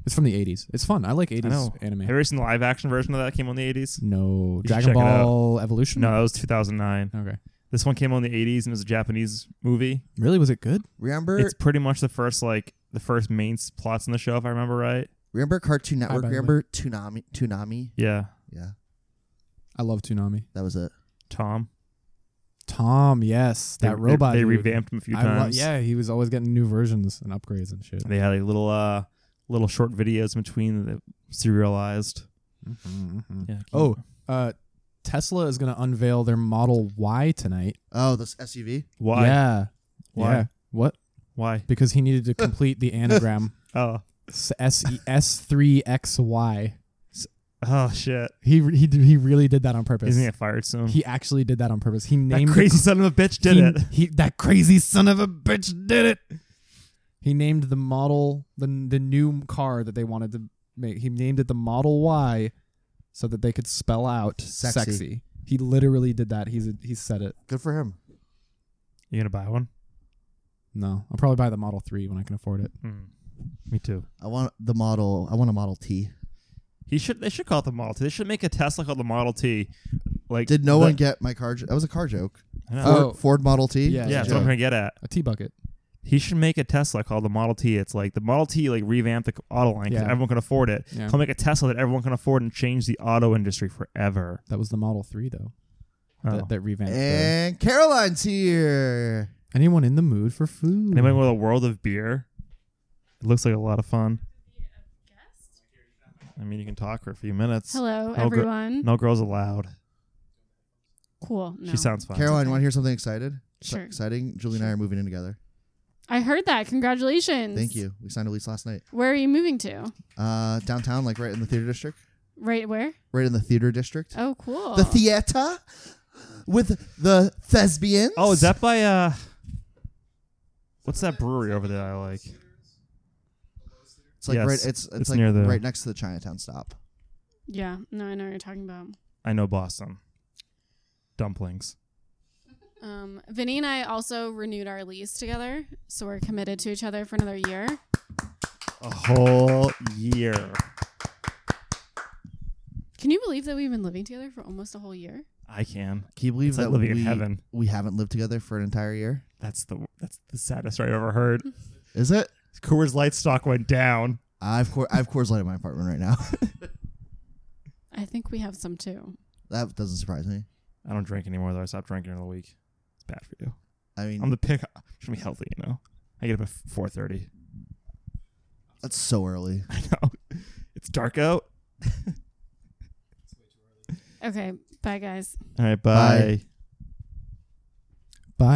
[SPEAKER 3] It's from the 80s. It's fun. I like 80s
[SPEAKER 4] I know.
[SPEAKER 3] anime.
[SPEAKER 4] Have you ever seen the live action version of that came on the 80s?
[SPEAKER 3] Mm-hmm. no
[SPEAKER 4] should
[SPEAKER 3] Dragon
[SPEAKER 4] check it out.
[SPEAKER 3] Ball Evolution.
[SPEAKER 4] No, that was 2009.
[SPEAKER 3] Okay.
[SPEAKER 4] This one came on the 80s and it was a Japanese movie.
[SPEAKER 3] Really, was it good?
[SPEAKER 2] Remember,
[SPEAKER 4] It's pretty much the first like the first main s- plots in the show, if I remember right.
[SPEAKER 2] remember Cartoon Network.
[SPEAKER 3] by the way.
[SPEAKER 2] remember Toonami. Toonami.
[SPEAKER 4] Yeah,
[SPEAKER 2] Yeah,
[SPEAKER 3] I love Toonami.
[SPEAKER 2] that was it.
[SPEAKER 4] Tom.
[SPEAKER 3] Tom, yes,
[SPEAKER 4] They-
[SPEAKER 3] that
[SPEAKER 4] they-
[SPEAKER 3] robot.
[SPEAKER 4] They
[SPEAKER 3] dude.
[SPEAKER 4] revamped him a few
[SPEAKER 3] I lo-
[SPEAKER 4] times.
[SPEAKER 3] yeah, he was always getting new versions and upgrades and shit.
[SPEAKER 4] They had like little uh little short videos in between that serialized. Yeah.
[SPEAKER 3] Oh, uh, Tesla is going to unveil their Model Y tonight.
[SPEAKER 2] Oh, this SUV.
[SPEAKER 4] why?
[SPEAKER 3] Yeah.
[SPEAKER 4] Why?
[SPEAKER 3] Yeah. What?
[SPEAKER 4] Why?
[SPEAKER 3] Because he needed to complete the anagram
[SPEAKER 4] Oh,
[SPEAKER 3] S E S three X Y.
[SPEAKER 4] oh shit!
[SPEAKER 3] He re- he did- he really did that on purpose.
[SPEAKER 4] Isn't he get fired soon?
[SPEAKER 3] He actually did that on purpose. He
[SPEAKER 4] that
[SPEAKER 3] named
[SPEAKER 4] crazy son of a bitch
[SPEAKER 3] the,
[SPEAKER 4] did
[SPEAKER 3] he,
[SPEAKER 4] it.
[SPEAKER 3] He that crazy son of a bitch did it. He named the model the the new car that they wanted to make. He named it the Model Y, so that they could spell out
[SPEAKER 2] Sexy.
[SPEAKER 3] sexy. He literally did that. He's he said it.
[SPEAKER 2] Good for him.
[SPEAKER 4] You gonna buy one?
[SPEAKER 3] No, I'll probably buy the Model Three when I can afford it.
[SPEAKER 4] Mm. Me too.
[SPEAKER 2] I want the model. I want a Model T.
[SPEAKER 4] He should. They should call it the Model T. They should make a Tesla called the Model T. Like
[SPEAKER 2] Did no
[SPEAKER 4] the-
[SPEAKER 2] one get my car? jo- That was a car joke.
[SPEAKER 4] I know. Uh,
[SPEAKER 2] Ford,
[SPEAKER 3] Oh.
[SPEAKER 2] Ford Model T.
[SPEAKER 3] Yeah,
[SPEAKER 4] yeah,
[SPEAKER 3] it's a
[SPEAKER 4] that's what I'm
[SPEAKER 3] joke.
[SPEAKER 4] gonna get at.
[SPEAKER 3] A tea bucket.
[SPEAKER 4] He should make a Tesla called the Model T. It's like the Model T like revamped the c- auto line because
[SPEAKER 3] Yeah.
[SPEAKER 4] everyone can afford it.
[SPEAKER 3] Yeah.
[SPEAKER 4] He'll make a Tesla that everyone can afford and change the auto industry forever.
[SPEAKER 3] That was the Model Three though.
[SPEAKER 4] Oh.
[SPEAKER 3] That, that revamped. the-
[SPEAKER 2] And Caroline's here.
[SPEAKER 3] Anyone in the mood for food?
[SPEAKER 4] Anybody with a world of beer? It looks like a lot of fun. I mean, you can talk for a few minutes.
[SPEAKER 8] Hello,
[SPEAKER 4] gr-
[SPEAKER 8] everyone.
[SPEAKER 4] No girls allowed.
[SPEAKER 8] Cool. No.
[SPEAKER 4] She sounds fine.
[SPEAKER 2] Caroline, want to hear something excited?
[SPEAKER 8] Sure.
[SPEAKER 2] Exciting. Julie and I are moving in together.
[SPEAKER 8] I heard that. Congratulations.
[SPEAKER 2] Thank you. We signed a lease last night.
[SPEAKER 8] Where are you moving to?
[SPEAKER 2] Uh, downtown, like right in the theater district.
[SPEAKER 8] Right where?
[SPEAKER 2] Right in the theater district.
[SPEAKER 8] Oh, cool.
[SPEAKER 2] The theater with the thespians.
[SPEAKER 4] Oh, is that by uh? What's that brewery over there? I like.
[SPEAKER 2] It's like
[SPEAKER 4] Yes.
[SPEAKER 2] right. It's it's,
[SPEAKER 4] It's
[SPEAKER 2] like
[SPEAKER 4] near the-
[SPEAKER 2] right next to the Chinatown stop.
[SPEAKER 8] yeah. No, I know what you're talking about.
[SPEAKER 4] I know Boston. Dumplings.
[SPEAKER 8] Um, Vinny and I also renewed our lease together, so we're committed to each other for another year.
[SPEAKER 4] A whole year.
[SPEAKER 8] Can you believe that we've been living together for almost a whole year?
[SPEAKER 4] I can.
[SPEAKER 2] Can you believe
[SPEAKER 4] It's like
[SPEAKER 2] that
[SPEAKER 4] living in
[SPEAKER 2] we
[SPEAKER 4] heaven.
[SPEAKER 2] we haven't lived together for an entire year?
[SPEAKER 4] That's the that's the saddest story I've ever heard.
[SPEAKER 2] Is it?
[SPEAKER 4] Coors Light stock went down.
[SPEAKER 2] I've Coor- I've Coors Light in my apartment right now.
[SPEAKER 8] I think we have some too.
[SPEAKER 2] that doesn't surprise me.
[SPEAKER 4] I don't drink anymore though. I stopped drinking in the week. It's bad for you.
[SPEAKER 2] I mean,
[SPEAKER 4] I'm the pick. Should be healthy, you know. I get up at four thirty.
[SPEAKER 2] that's so early.
[SPEAKER 4] I know. It's dark out.
[SPEAKER 8] Okay. Bye, guys.
[SPEAKER 4] All right,
[SPEAKER 2] Bye.
[SPEAKER 4] bye.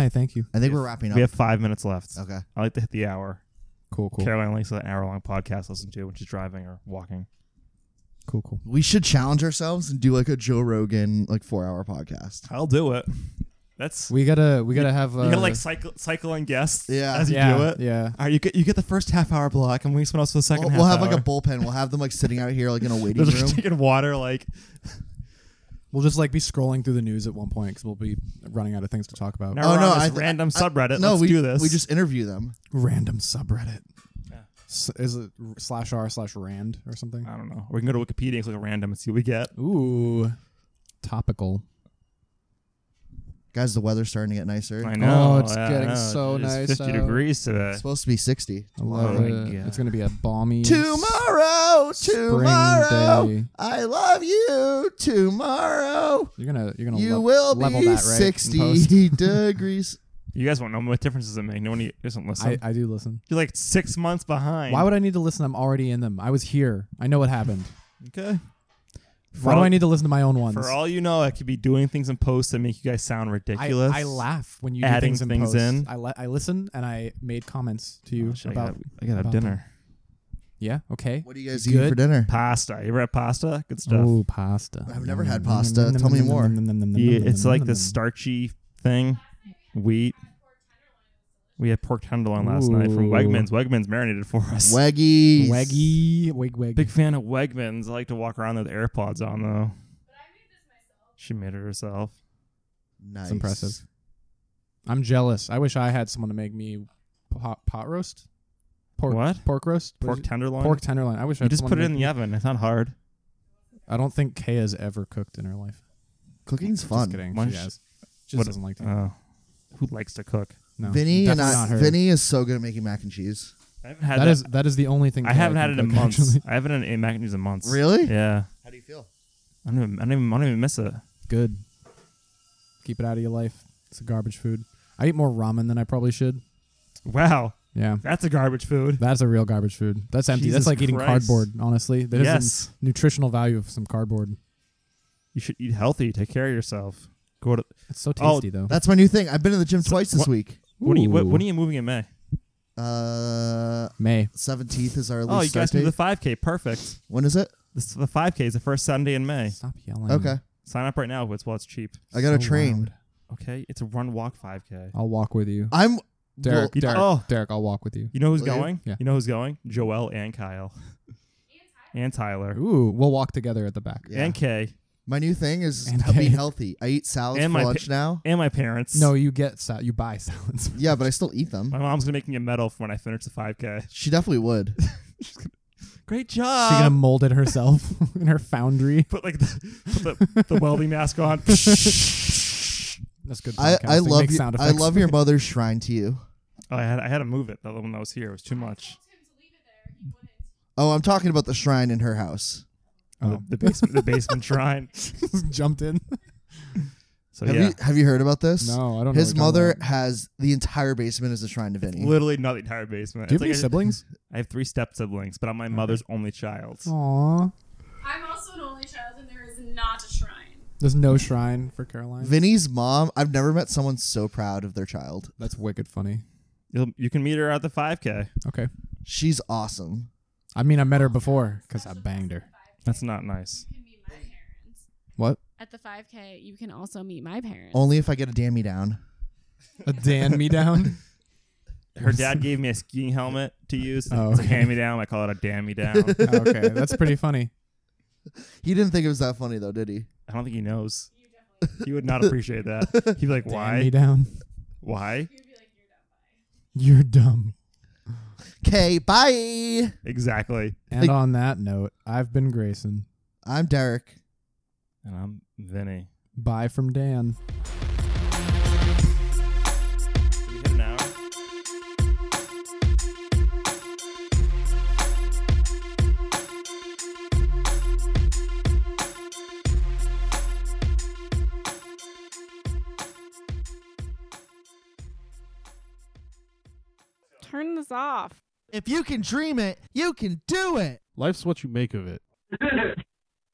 [SPEAKER 3] Bye. Thank you.
[SPEAKER 2] I think we're wrapping up.
[SPEAKER 4] We have five minutes left.
[SPEAKER 2] okay.
[SPEAKER 4] I like to hit the hour.
[SPEAKER 3] Cool. Cool.
[SPEAKER 4] Caroline likes an hour long podcast to listen to when she's driving or walking.
[SPEAKER 3] Cool. Cool.
[SPEAKER 2] We should challenge ourselves and do like a Joe Rogan like four hour podcast.
[SPEAKER 4] I'll do it. That's
[SPEAKER 3] We gotta. We gotta have. Uh,
[SPEAKER 4] you gotta like cycle cycle in guests.
[SPEAKER 2] Yeah.
[SPEAKER 4] as you
[SPEAKER 3] yeah,
[SPEAKER 4] do it.
[SPEAKER 3] Yeah.
[SPEAKER 4] All right, you get you get the first half hour block, and we someone else for the 2nd
[SPEAKER 2] We'll,
[SPEAKER 4] half
[SPEAKER 2] we'll have like
[SPEAKER 4] hour.
[SPEAKER 2] a bullpen. We'll have them like sitting out here like in a waiting
[SPEAKER 4] They're just
[SPEAKER 2] room.
[SPEAKER 4] drinking water, like
[SPEAKER 3] We'll just like be scrolling through the news at one point because we'll be running out of things to talk about.
[SPEAKER 4] now
[SPEAKER 2] Oh,
[SPEAKER 4] we're on
[SPEAKER 2] no,
[SPEAKER 4] this
[SPEAKER 2] I th-
[SPEAKER 4] random subreddit.
[SPEAKER 2] no,
[SPEAKER 4] Let's
[SPEAKER 2] we
[SPEAKER 4] do this.
[SPEAKER 2] We just interview them.
[SPEAKER 3] Random subreddit. S- is it r- slash r slash rand or something?
[SPEAKER 4] I don't know. We can go to Wikipedia and click random and see what we get.
[SPEAKER 3] Ooh, topical.
[SPEAKER 2] Guys, the weather's starting to get nicer.
[SPEAKER 4] I
[SPEAKER 3] know,
[SPEAKER 4] know.
[SPEAKER 3] it's yeah, I getting know. so It is nice
[SPEAKER 4] 50
[SPEAKER 3] 50 out.
[SPEAKER 4] degrees today.
[SPEAKER 2] It's supposed to be sixty.
[SPEAKER 3] I love
[SPEAKER 4] Oh my
[SPEAKER 3] it.
[SPEAKER 4] God.
[SPEAKER 3] It's gonna be a balmy
[SPEAKER 2] Tomorrow,
[SPEAKER 3] spring
[SPEAKER 2] tomorrow,
[SPEAKER 3] day.
[SPEAKER 2] I love you. Tomorrow,
[SPEAKER 3] You're gonna you're gonna
[SPEAKER 2] you
[SPEAKER 3] le-
[SPEAKER 2] will
[SPEAKER 3] level
[SPEAKER 2] be
[SPEAKER 3] that, right, in post?
[SPEAKER 2] sixty degrees.
[SPEAKER 4] You guys won't know what difference does it make. No one doesn't listen.
[SPEAKER 3] I, I do listen.
[SPEAKER 4] You're like six months behind.
[SPEAKER 3] Why would I need to listen? I'm already in them. I was here. I know what happened.
[SPEAKER 4] Okay.
[SPEAKER 3] Why do I need to listen to my own ones?
[SPEAKER 4] For all you know, I could be doing things in post that make you guys sound
[SPEAKER 3] I,
[SPEAKER 4] ridiculous.
[SPEAKER 3] I laugh when you
[SPEAKER 4] Adding
[SPEAKER 3] do things,
[SPEAKER 4] things
[SPEAKER 3] in.
[SPEAKER 4] in.
[SPEAKER 3] post. I, li- I listen and I made comments to you
[SPEAKER 4] Oh, shit,
[SPEAKER 3] about.
[SPEAKER 4] I got, I gotta have
[SPEAKER 3] about
[SPEAKER 4] dinner.
[SPEAKER 3] Yeah. Okay.
[SPEAKER 2] What do you guys
[SPEAKER 3] Good.
[SPEAKER 2] eat for dinner?
[SPEAKER 4] Pasta. You ever had pasta? Good stuff.
[SPEAKER 3] Oh, pasta. Mm,
[SPEAKER 2] I've never had pasta. Tell me more.
[SPEAKER 4] Yeah, it's like this starchy thing, wheat. We had pork tenderloin last night from
[SPEAKER 3] Ooh.
[SPEAKER 4] Wegmans. Wegmans marinated for us.
[SPEAKER 2] Weggies.
[SPEAKER 3] Waggy, wig, wig.
[SPEAKER 4] Big fan of Wegmans. I like to walk around with AirPods on though. She made it herself.
[SPEAKER 2] Nice.
[SPEAKER 3] It's impressive. I'm jealous. I wish I had someone to make me pot, pot roast. Pork,
[SPEAKER 4] What?
[SPEAKER 3] Pork roast. What
[SPEAKER 4] Pork
[SPEAKER 3] is it?
[SPEAKER 4] tenderloin.
[SPEAKER 3] Pork tenderloin. I wish I
[SPEAKER 4] You
[SPEAKER 3] had
[SPEAKER 4] just
[SPEAKER 3] someone
[SPEAKER 4] put
[SPEAKER 3] to
[SPEAKER 4] it in
[SPEAKER 3] make me-
[SPEAKER 4] the oven. It's not hard.
[SPEAKER 3] I don't think Kaya's ever cooked in her life.
[SPEAKER 2] Cooking's
[SPEAKER 3] Just
[SPEAKER 2] fun.
[SPEAKER 3] kidding.
[SPEAKER 4] Why
[SPEAKER 3] She
[SPEAKER 4] sh-
[SPEAKER 3] has. She
[SPEAKER 4] what-
[SPEAKER 3] just doesn't like to.
[SPEAKER 4] Oh, who likes to cook?
[SPEAKER 3] no,
[SPEAKER 2] Uh, Vinny and
[SPEAKER 3] definitely
[SPEAKER 2] I,
[SPEAKER 3] not her.
[SPEAKER 2] Vinny is so good at making mac and cheese.
[SPEAKER 4] I haven't had
[SPEAKER 3] That is that is the only thing
[SPEAKER 4] I
[SPEAKER 3] Kaya
[SPEAKER 4] haven't
[SPEAKER 3] can
[SPEAKER 4] had it in
[SPEAKER 3] cook,
[SPEAKER 4] months.
[SPEAKER 3] actually.
[SPEAKER 4] I haven't had any mac and cheese in months.
[SPEAKER 2] Really?
[SPEAKER 4] Yeah.
[SPEAKER 2] How do you feel?
[SPEAKER 4] I don't even. I don't even, I don't even miss it.
[SPEAKER 3] Good. Keep it out of your life. It's a garbage food. I eat more ramen than I probably should.
[SPEAKER 4] Wow,
[SPEAKER 3] Yeah.
[SPEAKER 4] that's a garbage food.
[SPEAKER 3] That's a real garbage food. That's empty.
[SPEAKER 4] Jesus
[SPEAKER 3] That's like eating
[SPEAKER 4] Christ.
[SPEAKER 3] cardboard, honestly. There's
[SPEAKER 4] yes.
[SPEAKER 3] nutritional value of some cardboard.
[SPEAKER 4] You should eat healthy. Take care of yourself. Go to.
[SPEAKER 3] It's so
[SPEAKER 4] Oh,
[SPEAKER 3] tasty, though.
[SPEAKER 2] That's my new thing. I've been to the gym twice this
[SPEAKER 4] what-
[SPEAKER 2] week.
[SPEAKER 4] When are, you,
[SPEAKER 3] Ooh.
[SPEAKER 4] when, when are you moving in May?
[SPEAKER 2] Uh,
[SPEAKER 3] May.
[SPEAKER 2] seventeenth is our least
[SPEAKER 4] Oh, you
[SPEAKER 2] start
[SPEAKER 4] guys do
[SPEAKER 2] date.
[SPEAKER 4] the 5K. Perfect.
[SPEAKER 2] when is it?
[SPEAKER 4] This, the 5K is the first Sunday in May.
[SPEAKER 3] Stop yelling.
[SPEAKER 2] Okay,
[SPEAKER 4] Sign up right now. if It's while it's cheap.
[SPEAKER 2] I got a
[SPEAKER 3] So
[SPEAKER 2] train.
[SPEAKER 3] loud.
[SPEAKER 4] Okay, it's a run walk 5K.
[SPEAKER 3] I'll walk with you.
[SPEAKER 2] I'm
[SPEAKER 3] Derek,
[SPEAKER 4] Uh, you-
[SPEAKER 3] Derek,
[SPEAKER 4] oh.
[SPEAKER 3] Derek, I'll walk with you.
[SPEAKER 4] You know who's
[SPEAKER 2] Will you?
[SPEAKER 4] going?
[SPEAKER 3] Yeah.
[SPEAKER 4] You know who's going? Joel and Kyle. And Tyler.
[SPEAKER 3] Ooh, we'll walk together at the back.
[SPEAKER 2] Yeah.
[SPEAKER 4] And Kay.
[SPEAKER 2] My new thing is
[SPEAKER 3] And
[SPEAKER 2] to be
[SPEAKER 3] I-
[SPEAKER 2] healthy. I eat salads
[SPEAKER 4] And
[SPEAKER 2] for
[SPEAKER 4] my
[SPEAKER 2] lunch now.
[SPEAKER 4] And my parents.
[SPEAKER 3] No, you get sal- you buy salads.
[SPEAKER 2] Yeah, but I still eat them.
[SPEAKER 4] My mom's gonna make me a medal for when I finish the 5K.
[SPEAKER 2] She definitely would.
[SPEAKER 4] Great
[SPEAKER 3] She's gonna
[SPEAKER 4] job.
[SPEAKER 3] mold it herself in her foundry.
[SPEAKER 4] put like the, put the, the welding mask on.
[SPEAKER 3] That's good.
[SPEAKER 2] I, I
[SPEAKER 3] podcasting.
[SPEAKER 2] love
[SPEAKER 3] Make
[SPEAKER 2] you,
[SPEAKER 3] sound
[SPEAKER 2] I
[SPEAKER 3] effects.
[SPEAKER 2] love your mother's shrine to you.
[SPEAKER 4] oh, I had I had to move it. The one that was here it was too much.
[SPEAKER 2] Oh, I'm talking about the shrine in her house.
[SPEAKER 3] Oh.
[SPEAKER 4] The, the basement the basement shrine.
[SPEAKER 3] jumped in.
[SPEAKER 4] So
[SPEAKER 2] Have
[SPEAKER 4] yeah,
[SPEAKER 2] you have you heard about this?
[SPEAKER 3] Oh, No, I don't. know
[SPEAKER 2] His
[SPEAKER 3] what you're talking
[SPEAKER 2] mother
[SPEAKER 3] about.
[SPEAKER 2] has the entire basement as a shrine to Vinny.
[SPEAKER 4] literally not the entire basement.
[SPEAKER 3] Do you
[SPEAKER 4] It's
[SPEAKER 3] have any
[SPEAKER 4] like I-
[SPEAKER 3] siblings?
[SPEAKER 4] I have three step siblings, but I'm my mother's only child.
[SPEAKER 3] Aw,
[SPEAKER 8] I'm also an only child, and there is not a shrine.
[SPEAKER 3] there's no shrine for Caroline.
[SPEAKER 2] Vinny's mom. I've never met someone so proud of their child.
[SPEAKER 3] That's wicked funny.
[SPEAKER 4] You'll, you can meet her at the 5K.
[SPEAKER 3] Okay,
[SPEAKER 2] She's awesome.
[SPEAKER 3] I mean I met her before because I banged her.
[SPEAKER 4] That's not nice.
[SPEAKER 8] You can meet my parents
[SPEAKER 3] What?
[SPEAKER 8] at the 5K. You can also meet my parents.
[SPEAKER 2] Only if I get a damn me down.
[SPEAKER 3] A Uh, Dan me down.
[SPEAKER 4] Her dad gave me a skiing helmet to use.
[SPEAKER 3] Oh,
[SPEAKER 4] It's a
[SPEAKER 3] okay.
[SPEAKER 4] hand me down. I call it a damn me down. I
[SPEAKER 3] Oh, okay, that's pretty funny.
[SPEAKER 2] He didn't think it was that funny though, did he?
[SPEAKER 4] don't think he knows. He would not appreciate that. He'd be like,
[SPEAKER 3] Dan me
[SPEAKER 4] why?
[SPEAKER 3] down.
[SPEAKER 4] Why?
[SPEAKER 3] You're dumb.
[SPEAKER 2] Okay, bye.
[SPEAKER 4] Exactly.
[SPEAKER 3] And
[SPEAKER 2] Like-
[SPEAKER 3] on that note, I've been Grayson.
[SPEAKER 2] I'm Derek.
[SPEAKER 4] And I'm Vinny.
[SPEAKER 3] Bye from Dan.
[SPEAKER 4] We hit an hour.
[SPEAKER 8] Turn this off.
[SPEAKER 2] If you can dream it, you can do it.
[SPEAKER 9] Life's what you make of it.